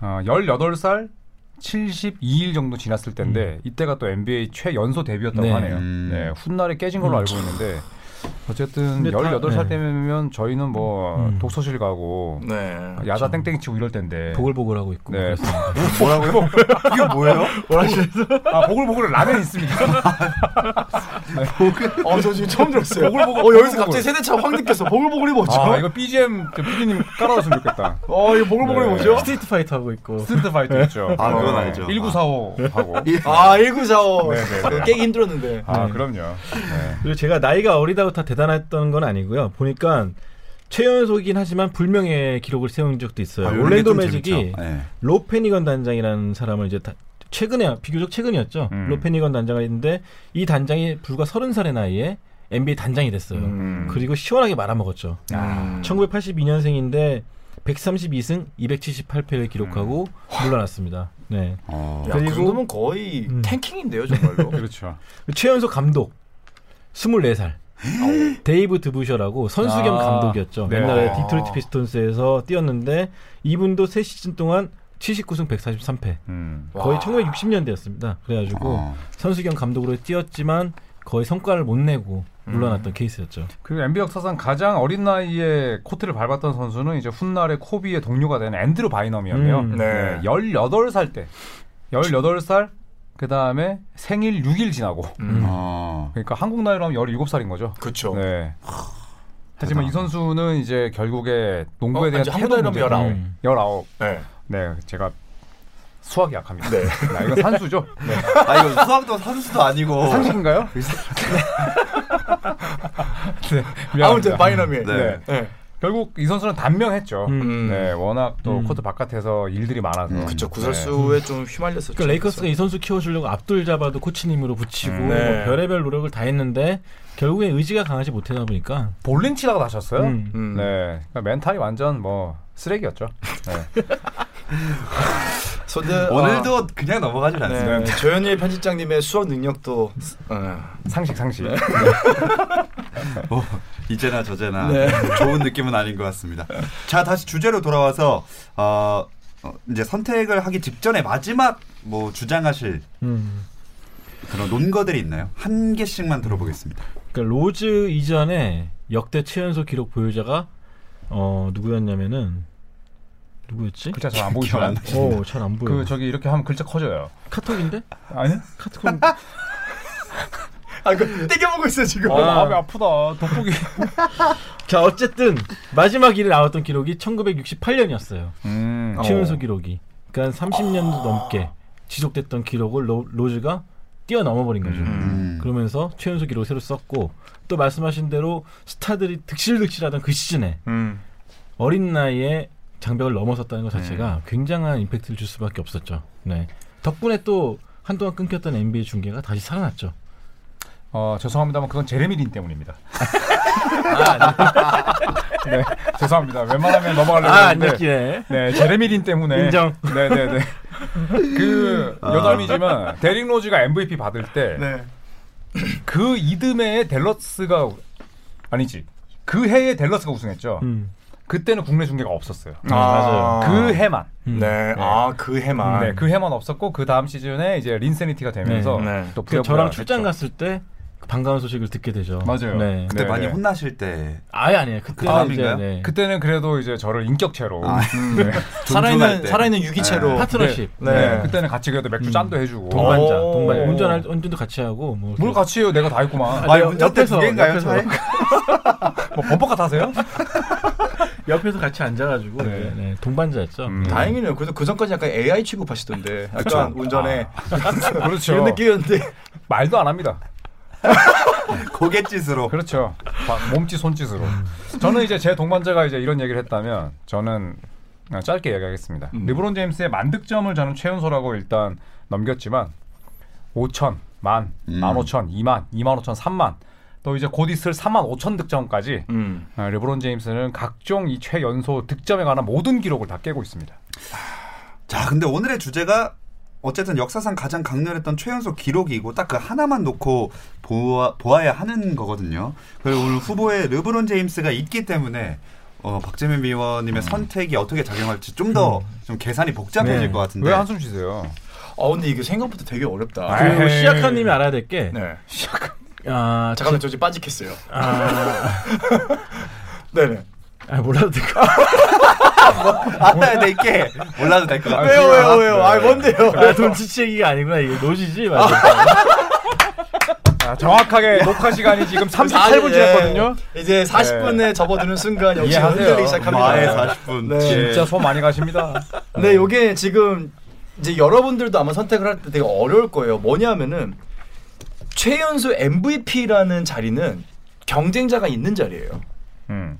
어, 18살 72일 정도 지났을 때인데 이때가 또 NBA 최연소 음. 데뷔였다고 네. 음. 하네요. 음. 네, 훗날에 깨진 걸로 알고 있는데 어쨌든 근데 다- 18살 네. 때면 저희는 뭐 음. 그렇죠. 독서실 가고 네. 야자 아, 땡땡이 치고 이럴 텐데 보글보글하고 있고. 네. 그래서 뭐라고요? 이게 뭐예요? 아 보글보글 라면 있습니까? 어, 저 지금 처음 들었어요. 보글보글, 어, 여기서 보글보글. 갑자기 세대차 확 느꼈어. 보글보글이 뭐죠? 그렇죠. 아 이거 BGM PD님 깔아줬으면 좋겠다. 어, 이거 보글보글이 네. 뭐죠? 스트리트 파이터 하고 있고. 스트리트 파이터 네. 있죠. 어. 아, 그건 알죠. 1945 하고. 예. 아, 1945. 네, 네, 네. 그거 깨기 힘들었는데. 아 네. 그럼요. 그리고 제가 나이가 어리다고 다 대단했던 건 아니고요. 보니까 최연소이긴 하지만 불명예 기록을 세운 적도 있어요. 아, 이런 올랜도 게좀 매직이 재밌죠. 네. 로 페니건 단장이라는 사람을 이제 다- 최근에 비교적 최근이었죠. 음. 로 페니건 단장이 있는데 이 단장이 불과 30살의 나이에 NBA 단장이 됐어요. 음. 그리고 시원하게 말아먹었죠. 음. 1982년생인데 132승 278패를 기록하고 음. 물러났습니다. 네. 어. 야, 그리고- 그 정도면 거의 음. 탱킹인데요, 정말로. 그렇죠. 최연소 감독 24살 데이브 드부셔라고 선수 겸 아, 감독이었죠. 네. 옛날에 아. 디트로이트 피스톤스에서 뛰었는데 이분도 3시즌 동안 79승 143패 음. 거의 와. 1960년대였습니다. 그래가지고 어. 선수 겸 감독으로 뛰었지만 거의 성과를 못 내고 물러났던 케이스였죠. 그러니까 그리고 NBA 역사상 가장 어린 나이에 코트를 밟았던 선수는 이제 훗날의 코비의 동료가 된 앤드루 바이넘이었네요. 음. 네. 18살 때. 18살 그다음에 생일 6일 지나고. 음. 어. 그러니까 한국 나이로 하면 17살인 거죠. 그쵸. 네. 하지만 이 선수는 이제 결국에 농구에 어, 대한 이제 태도 한국 나이로 문제. 하면 19. 네. 네, 제가 수학이 약합니다. 네. 이거 산수죠? 어. 네. 아 이거 수학도 산수도 아니고. 산수인가요? 네. 미안합니다. 아무튼 바이너미. 네. 네. 결국 이 선수는 단명했죠. 음. 네, 워낙 또 음. 코트 바깥에서 일들이 많아서. 음, 네. 그쵸. 저 구설수에 좀 휘말렸었죠. 그러니까 레이커스가 이 선수 키워주려고 압둘 잡아도 코치님으로 붙이고 음. 네. 뭐 별의별 노력을 다 했는데 결국에 의지가 강하지 못하다 보니까 볼링 치다가 다쳤어요. 음. 음. 네, 그러니까 멘탈이 완전 뭐 쓰레기였죠. 네. 근데, 음. 오늘도 그냥 넘어가지 아, 않습니다. 네. 네. 조현일 편집장님의 수학 능력도 어. 상식 상식. 뭐, 이제나 저제나 네. 좋은 느낌은 아닌 것 같습니다. 자 다시 주제로 돌아와서 어, 어, 이제 선택을 하기 직전에 마지막 뭐 주장하실 음. 그런 논거들이 있나요? 한 개씩만 들어보겠습니다. 그러니까 로즈 이전에 역대 최연소 기록 보유자가 어 누구였냐면은 누구였지? 글자 잘 안 기억 안 보이시나요? 나. 어, 잘 안 보여. 그 저기 이렇게 하면 글자 커져요. 카톡인데? 아니? 카톡 아, 그 떼겨보고 있어 지금. 아, 마음이 아프다. 돋보기. 자, 어쨌든 마지막 일에 나왔던 기록이 1968년이었어요. 음. 최연소 기록이. 그러니까 30년도 넘게 지속됐던 기록을 로, 로즈가 뛰어넘어 버린 거죠. 음. 그러면서 최연소 기록을 새로 썼고 또 말씀하신 대로 스타들이 득실득실하던 그 시즌에 음. 어린 나이에 장벽을 넘어섰다는 것 자체가 굉장한 임팩트를 줄 수밖에 없었죠. 네. 덕분에 또 한동안 끊겼던 NBA 중계가 다시 살아났죠. 어 죄송합니다만 그건 제레미 린 때문입니다. 아, 네 죄송합니다. 웬만하면 넘어가려고 했는데 안녕기네. 네, 제레미 린 때문에. 인정. 아. 네, 네, 네. 그 여담이지만 데릭 로즈가 MVP 받을 때 네. 그 이듬해에 댈러스가 아니지. 그 해에 댈러스가 우승했죠. 음. 그때는 국내 중계가 없었어요. 맞아요. 그 해만. 음. 네. 아, 그 해만. 네, 그 해만 없었고 그 다음 시즌에 이제 린세니티가 되면서 네, 네. 또 그 플레이오프가 저랑 출장 됐죠. 갔을 때그 반가운 소식을 듣게 되죠. 맞아요. 네. 그때 네, 많이 네. 혼나실 때 아예 아니에요. 그때 다음인가요? 네. 그때는 그래도 이제 저를 인격체로 아, 음, 네. 존중할 살아있는 때. 살아있는 유기체로. 파트너십. 네. 네, 그때는 같이 그래도 맥주 짠도 해주고 음. 동반자, 오. 동반 운전할 운전도 같이 하고 뭐 뭘 같이 해요? 내가 다 했구만. 아, 옆- 운전대 두 옆에서- 개인가요? 옆에서. 차에? 뭐 범퍼카 타세요? 옆에서 같이 앉아가지고 네. 네. 네, 동반자였죠. 음. 다행이네요. 그래도 그 전까지 약간 AI 취급하시던데. 약간 운전에 그렇죠. 이런 느낌이었는데. 말도 안 합니다. 고갯짓으로 그렇죠. 막 몸짓 손짓으로. 저는 이제 제 동반자가 이제 이런 얘기를 했다면 저는 그냥 짧게 얘기하겠습니다. 음. 르브론 제임스의 만득점을 저는 최연소라고 일단 넘겼지만 5천, 만, 음. 15,000, 2만, 25,000, 3만 또 이제 곧 있을 3만 5천 득점까지 음. 아, 르브론 제임스는 각종 이 최연소 득점에 관한 모든 기록을 다 깨고 있습니다. 자, 근데 오늘의 주제가 어쨌든 역사상 가장 강렬했던 최연소 기록이고 딱 그 하나만 놓고 보아, 보아야 하는 거거든요. 그리고 오늘 후보에 르브론 제임스가 있기 때문에 어, 박재민 위원님의 선택이 어떻게 작용할지 좀 더 좀 계산이 복잡해질 네. 것 같은데. 왜 한숨 쉬세요? 아 근데 이게 생각보다 되게 어렵다. 아이. 예. 그리고 에이. 시아카님이 알아야 될 게, 네. 아, 잠깐만 지- 저 지금 빠직했어요. 아, 네네. 아, 몰라도 될까? 알아야 될 게 몰라도 될 것 같아요. 왜요 왜요 왜요. 네. 아 뭔데요? 아, 돈치치 얘기가 아니구나. 이게 노지지? 맞아. 아, 정확하게 녹화 시간이 지금 38분 예. 지났거든요. 네. 이제 40분에 접어드는 순간 역시 이해하세요. 아, 예, 흔들리기 시작합니다. 마의 뭐, 40분. 예. 네. 진짜 손 많이 가십니다. 네, 요게 지금 이제 여러분들도 아마 선택을 할 때 되게 어려울 거예요. 뭐냐면은 최연소 MVP라는 자리는 경쟁자가 있는 자리예요. 음.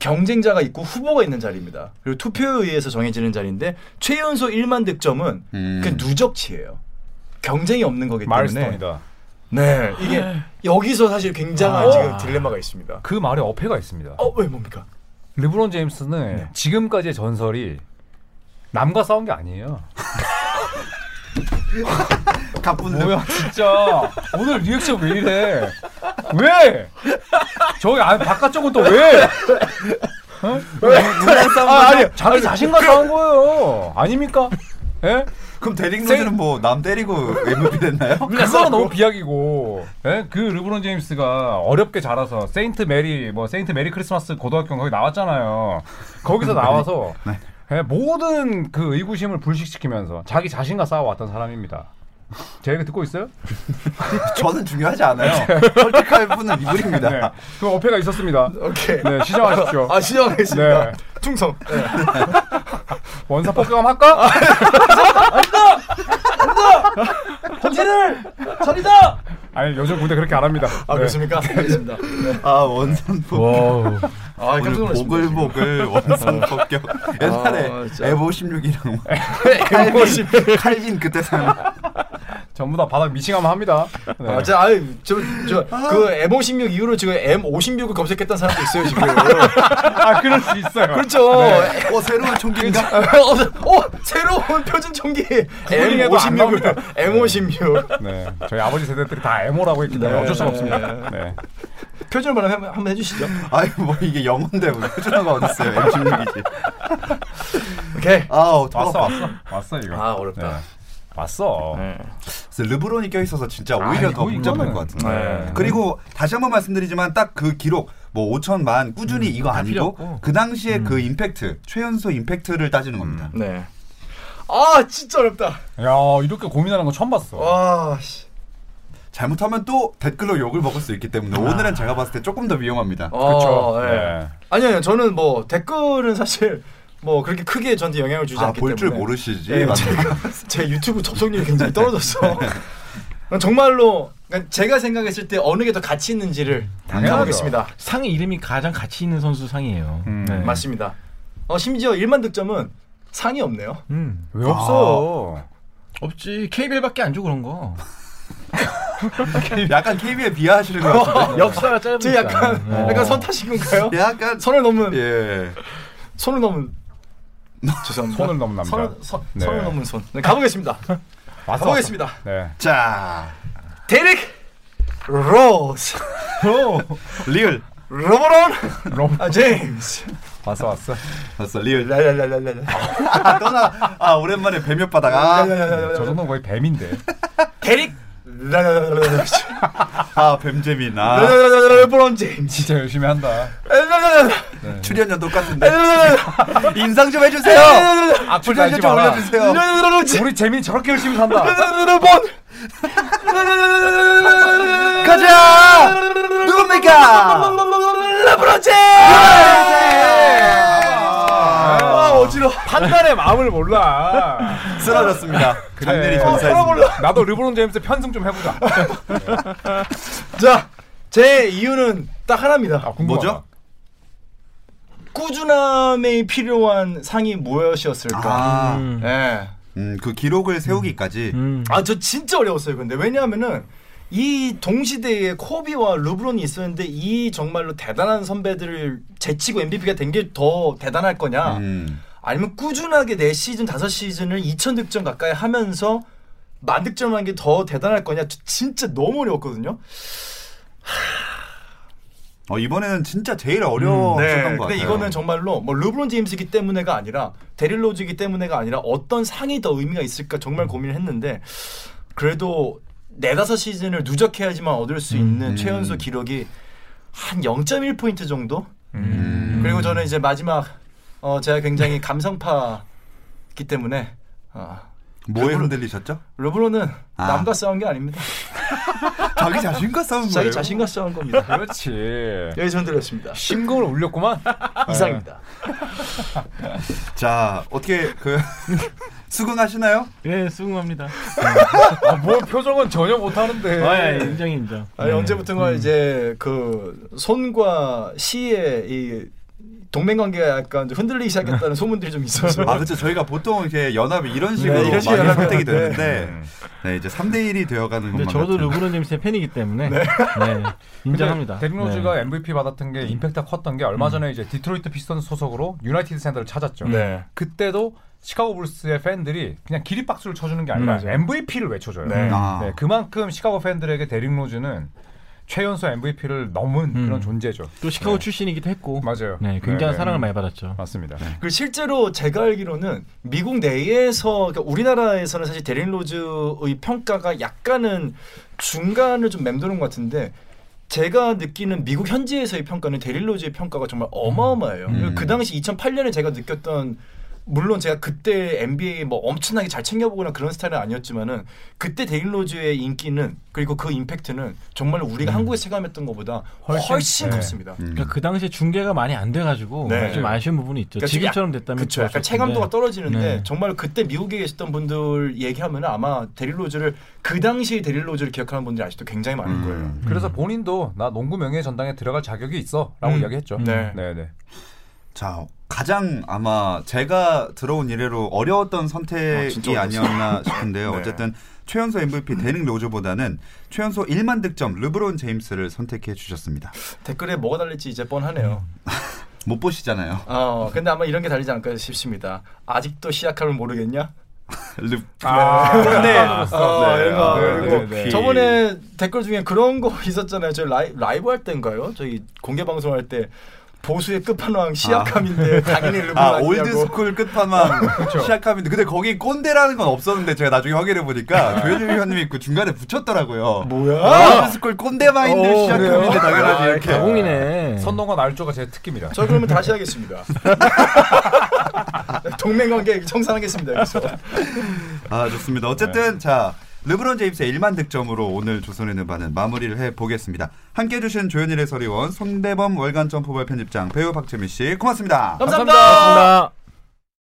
경쟁자가 있고 후보가 있는 자리입니다. 그리고 투표에 의해서 정해지는 자리인데 최연소 1만 득점은 음. 그 누적치예요. 경쟁이 없는 거기 때문에 마일스톤이다. 네, 이게 여기서 사실 굉장한 아. 지금 딜레마가 있습니다. 그 말에 어폐가 있습니다. 어, 왜 뭡니까? 르브론 제임스는 지금까지의 전설이 남과 싸운 게 아니에요. 가뿐데. 뭐야 진짜 오늘 리액션 왜 이래? 왜? 저기 안 바깥쪽은 또 왜? 어? 누구랑 싸운 아, 거죠? 아니 자기 자신과 싸운 거예요. 아닙니까? 예? 그럼 데릭 로즈는 뭐 남 때리고 MVP 됐나요? 그거는 너무 비약이고 예? 그 르브론 제임스가 어렵게 자라서 세인트 메리 뭐 세인트 메리 크리스마스 고등학교 거기 나왔잖아요 거기서 나와서 예, 모든 그 의구심을 불식시키면서 자기 자신과 싸워왔던 사람입니다 제 얘기 듣고 있어요? 저는 중요하지 않아요. 설득할 분은 이분입니다. 네. 그 어폐가 있었습니다 오케이. 네 시작하십시오 아, 시작하겠습니다. 네. 충성. 네. 원사 폭격함 할까? 아. 범죄를 처리다. 아니 요즘 군대 그렇게 안 합니다 아 네. 그렇습니까? 알겠습니다. 네. 아 원산포. 어. 와우. 아, 아, 깜짝 오늘 놀랐습니다. 지금. 보글보글 원상 폭격. 옛날에 아, 진짜. 에보 16이랑 칼빈, 칼빈 그때 생각. 전부 다 바닥 미싱하면 합니다. 네. 아, 자, 아유, 저, 저, 그 M56 이후로 지금 M56을 검색했던 사람도 있어요, 지금. 아, 그럴 수 있어요. 그렇죠. 네. 어 새로운 총기인가? 어, 어, 새로운 표준 총기. 구글링에도 안 M56. M56. 네, 저희 아버지 세대들이 다 에모라고 했기 때문에 네. 어쩔 수가 없습니다. 네. 표준을 말하면 한번- 한번 해주시죠. 아니 뭐 이게 영어인데 뭐 표준어가 어딨어요? M16이지. 오케이. 아우 왔어, 더워. 왔어, 왔어 이거. 아, 어렵다. 네. 왔어. 그래서 르브론이 껴있어서 진짜 네. 오히려 아, 더 이거, 복잡할 이거는. 것 같은데. 네. 그리고 다시 한번 말씀드리지만 딱 그 기록 뭐 5천만 꾸준히 이거 다 필요 아니고 없고. 그 당시에 그 임팩트 최연소 임팩트를 따지는 겁니다. 네. 아, 진짜 어렵다. 네. 야, 이렇게 고민하는 거 처음 봤어. 와, 씨. 잘못하면 또 댓글로 욕을 먹을 수 있기 때문에 오늘은 제가 봤을 때 조금 더 위험합니다. 그렇죠. 어, 예. 네. 아니요, 아니요. 저는 뭐 댓글은 사실 뭐 그렇게 크게 저한테 영향을 주지 아, 않기 볼 줄 때문에. 모르시지. 예, 맞- 제가 제 유튜브 접속률이 굉장히 떨어졌어. 그러니까 정말로 그러니까 제가 생각했을 때 어느 게 더 가치 있는지를 당해보겠습니다. 상 이름이 가장 가치 있는 선수 상이에요. 음. 네. 맞습니다. 어, 심지어 1만 득점은 상이 없네요. 음. 왜 없어? 아, 없지. KBL밖에 안 줘 그런 거. 약간 KB에 비하하시는 것 같은데. 역사가 제 짧으니까. 약간 어. 약간 선 타신 건가요? 약간 선을 넘은 예. 손을 넘은 죄송합니다. 손을 넘는 남자. 선을, 선, 네. 선을 넘은 손. 네, 가보겠습니다. 왔어, 가보겠습니다. 왔어. 네. 자, 데릭 로즈 리얼. 로브론 롬. 아, 제임스 왔어, 왔어. 봤어, 리얼. 랄랄랄랄랄 아, 떠나. 아, 오랜만에 뱀옆 바다가. 저 정도는 거의 뱀인데. 데릭 랄랄랄랄랄 아, 뱀재민. 아, 랄랄랄랄 르브론 제임스 진짜 열심히 한다. 랄랄랄랄 출연료 똑같은데. 랄랄랄랄 인상 좀 해주세요. 악플 출연료 달지 아, 좀 마라. 음, 올려주세요. 랄랄랄랄 제- 우리 재민이 저렇게 열심히 산다. 르브론 가자. 누굽니까? 르브론 제임스 아 어지러 판단의 마음을 몰라. 쓰러졌습니다. 장면이 어, 전사했습니다. 살아볼래? 나도 르브론 제임스 편승 좀 해보자. 자제 이유는 딱 하나입니다 아, 궁금하다. 뭐죠? 꾸준함에 필요한 상이 무엇이었을까 아, 음. 예. 음, 그 기록을 세우기까지. 음. 아 저 진짜 어려웠어요 근데 왜냐하면은 이 동시대에 코비와 르브론이 있었는데 이 정말로 대단한 선배들을 제치고 MVP가 된 게 더 대단할 거냐 음. 아니면 꾸준하게 4시즌 5시즌을 2000득점 가까이 하면서 만 득점한 게 더 대단할 거냐 저 진짜 너무 어려웠거든요 어, 이번에는 진짜 제일 어려웠던 것 음. 네, 근데 같아요. 이거는 정말로 뭐 르브론 제임스이기 때문에가 아니라 데릴 로즈이기 때문에가 아니라 어떤 상이 더 의미가 있을까 정말 고민을 했는데 그래도 네다섯 시즌을 누적해야지만 얻을 수 있는 최연소 기록이 한 0.1포인트 정도? 그리고 저는 이제 마지막 어 제가 굉장히 감성파기 때문에 어, 뭐에 흔들리셨죠? 르브론은 아. 남과 싸운 게 아닙니다. 자기 자신과 싸운 자기 거예요. 자신과 싸운 겁니다. 그렇지. 여기서 흔들렸습니다. 심금을 울렸구만. 이상입니다. 자, 어떻게 그 수긍하시나요? 네, 수긍합니다. 아, 뭐 표정은 전혀 못하는데. 어, 아, 예, 인정 인정. 아니 언제부턴가 이제 그 손과 시의 이 동맹 관계가 약간 좀 흔들리기 시작했다는 소문들이 좀 있어서 아, 그렇죠. 저희가 보통 이렇게 연합이 이런 식으로 네. 이런 식으로 많이 연합이 선택이 네. 되는데 네, 이제 3대 1이 되어 가는 근데 것만 저도 같은. 르브론 제임스의 팬이기 때문에 네. 인정합니다. 데릭로즈가 네. 음. MVP 받았던 게 임팩트가 컸던 게 얼마 전에 이제 디트로이트 피스턴 소속으로 유나이티드 센터를 찾았죠. 네. 그때도 시카고 불스의 팬들이 그냥 기립박수를 쳐주는 게 아니라 음. MVP를 외쳐줘요. 네. 아. 네, 그만큼 시카고 팬들에게 데릭로즈는 최연소 MVP를 넘은 그런 존재죠. 또 시카고 네. 출신이기도 했고. 맞아요. 음. 네, 굉장한 네. 사랑을 많이 받았죠. 네. 맞습니다. 그리고 실제로 제가 알기로는 미국 내에서 그러니까 우리나라에서는 사실 데린 로즈의 평가가 약간은 중간을 좀 맴도는 것 같은데 제가 느끼는 미국 현지에서의 평가는 데린 로즈의 평가가 정말 어마어마해요. 음. 그 당시 2008년에 제가 느꼈던 물론 제가 그때 NBA 뭐 엄청나게 잘 챙겨보거나 그런 스타일은 아니었지만은 그때 데일 로즈의 인기는 그리고 그 임팩트는 정말 우리가 한국에 체감했던 것보다 훨씬, 훨씬, 네. 컸습니다. 음. 그러니까 그 당시에 중계가 많이 안 돼가지고 네. 좀 아쉬운 부분이 있죠. 그러니까 지금처럼 됐다면 그쵸. 약간 좋았을 체감도가 텐데. 떨어지는데 네. 정말 그때 미국에 계셨던 분들 얘기하면 아마 데릴 로즈를 그 당시의 데릴 로즈를 기억하는 분들이 아직도 굉장히 많을 음. 거예요. 그래서 본인도 나 농구 명예 전당에 들어갈 자격이 있어라고 음. 이야기했죠. 네. 네네. 자 가장 아마 제가 들어온 이래로 어려웠던 아, 진짜 선택이 아, 어려웠어요. 니었나 싶은데요. 네. 어쨌든 최연소 MVP 데릭 로즈보다는 최연소 1만 득점 르브론 제임스를 선택해 주셨습니다. 댓글에 뭐가 달릴지 이제 뻔하네요. 못 보시잖아요. 어, 근데 아마 이런 게 달리지 않을까 싶습니다. 아직도 시작하면 모르겠냐? 르... 아, 네. 어, 네. 이런 거. 아, 그리고 네, 네, 네. 저번에 댓글 중에 그런 거 있었잖아요. 저희 라이, 라이브 할 때인가요? 저희 공개 방송할 때 보수의 끝판왕 시약함인데 당연히 르브론 아 아니냐고. 올드스쿨 끝판왕 시작하면 근데 거기 꼰대라는 건 없었는데 제가 나중에 확인해 보니까 조현일 위원님이 그 중간에 붙였더라고요. 아. 뭐야? 어, 아, 올드스쿨 꼰대 마인드 시작함인데 당연하지 이렇게. 가공이네. 선동과 날조가 제 특기입니다. 저 그러면 다시 하겠습니다. 동맹 관계 청산하겠습니다. 여기서. 아 좋습니다. 어쨌든 네. 자 르브론 제임스의 1만 득점으로 오늘 조선의 누바는 마무리를 해 보겠습니다. 함께 해주신 조현일의 서리원, 손대범 월간 점프볼 편집장 배우 박재민 씨 고맙습니다. 감사합니다. 감사합니다.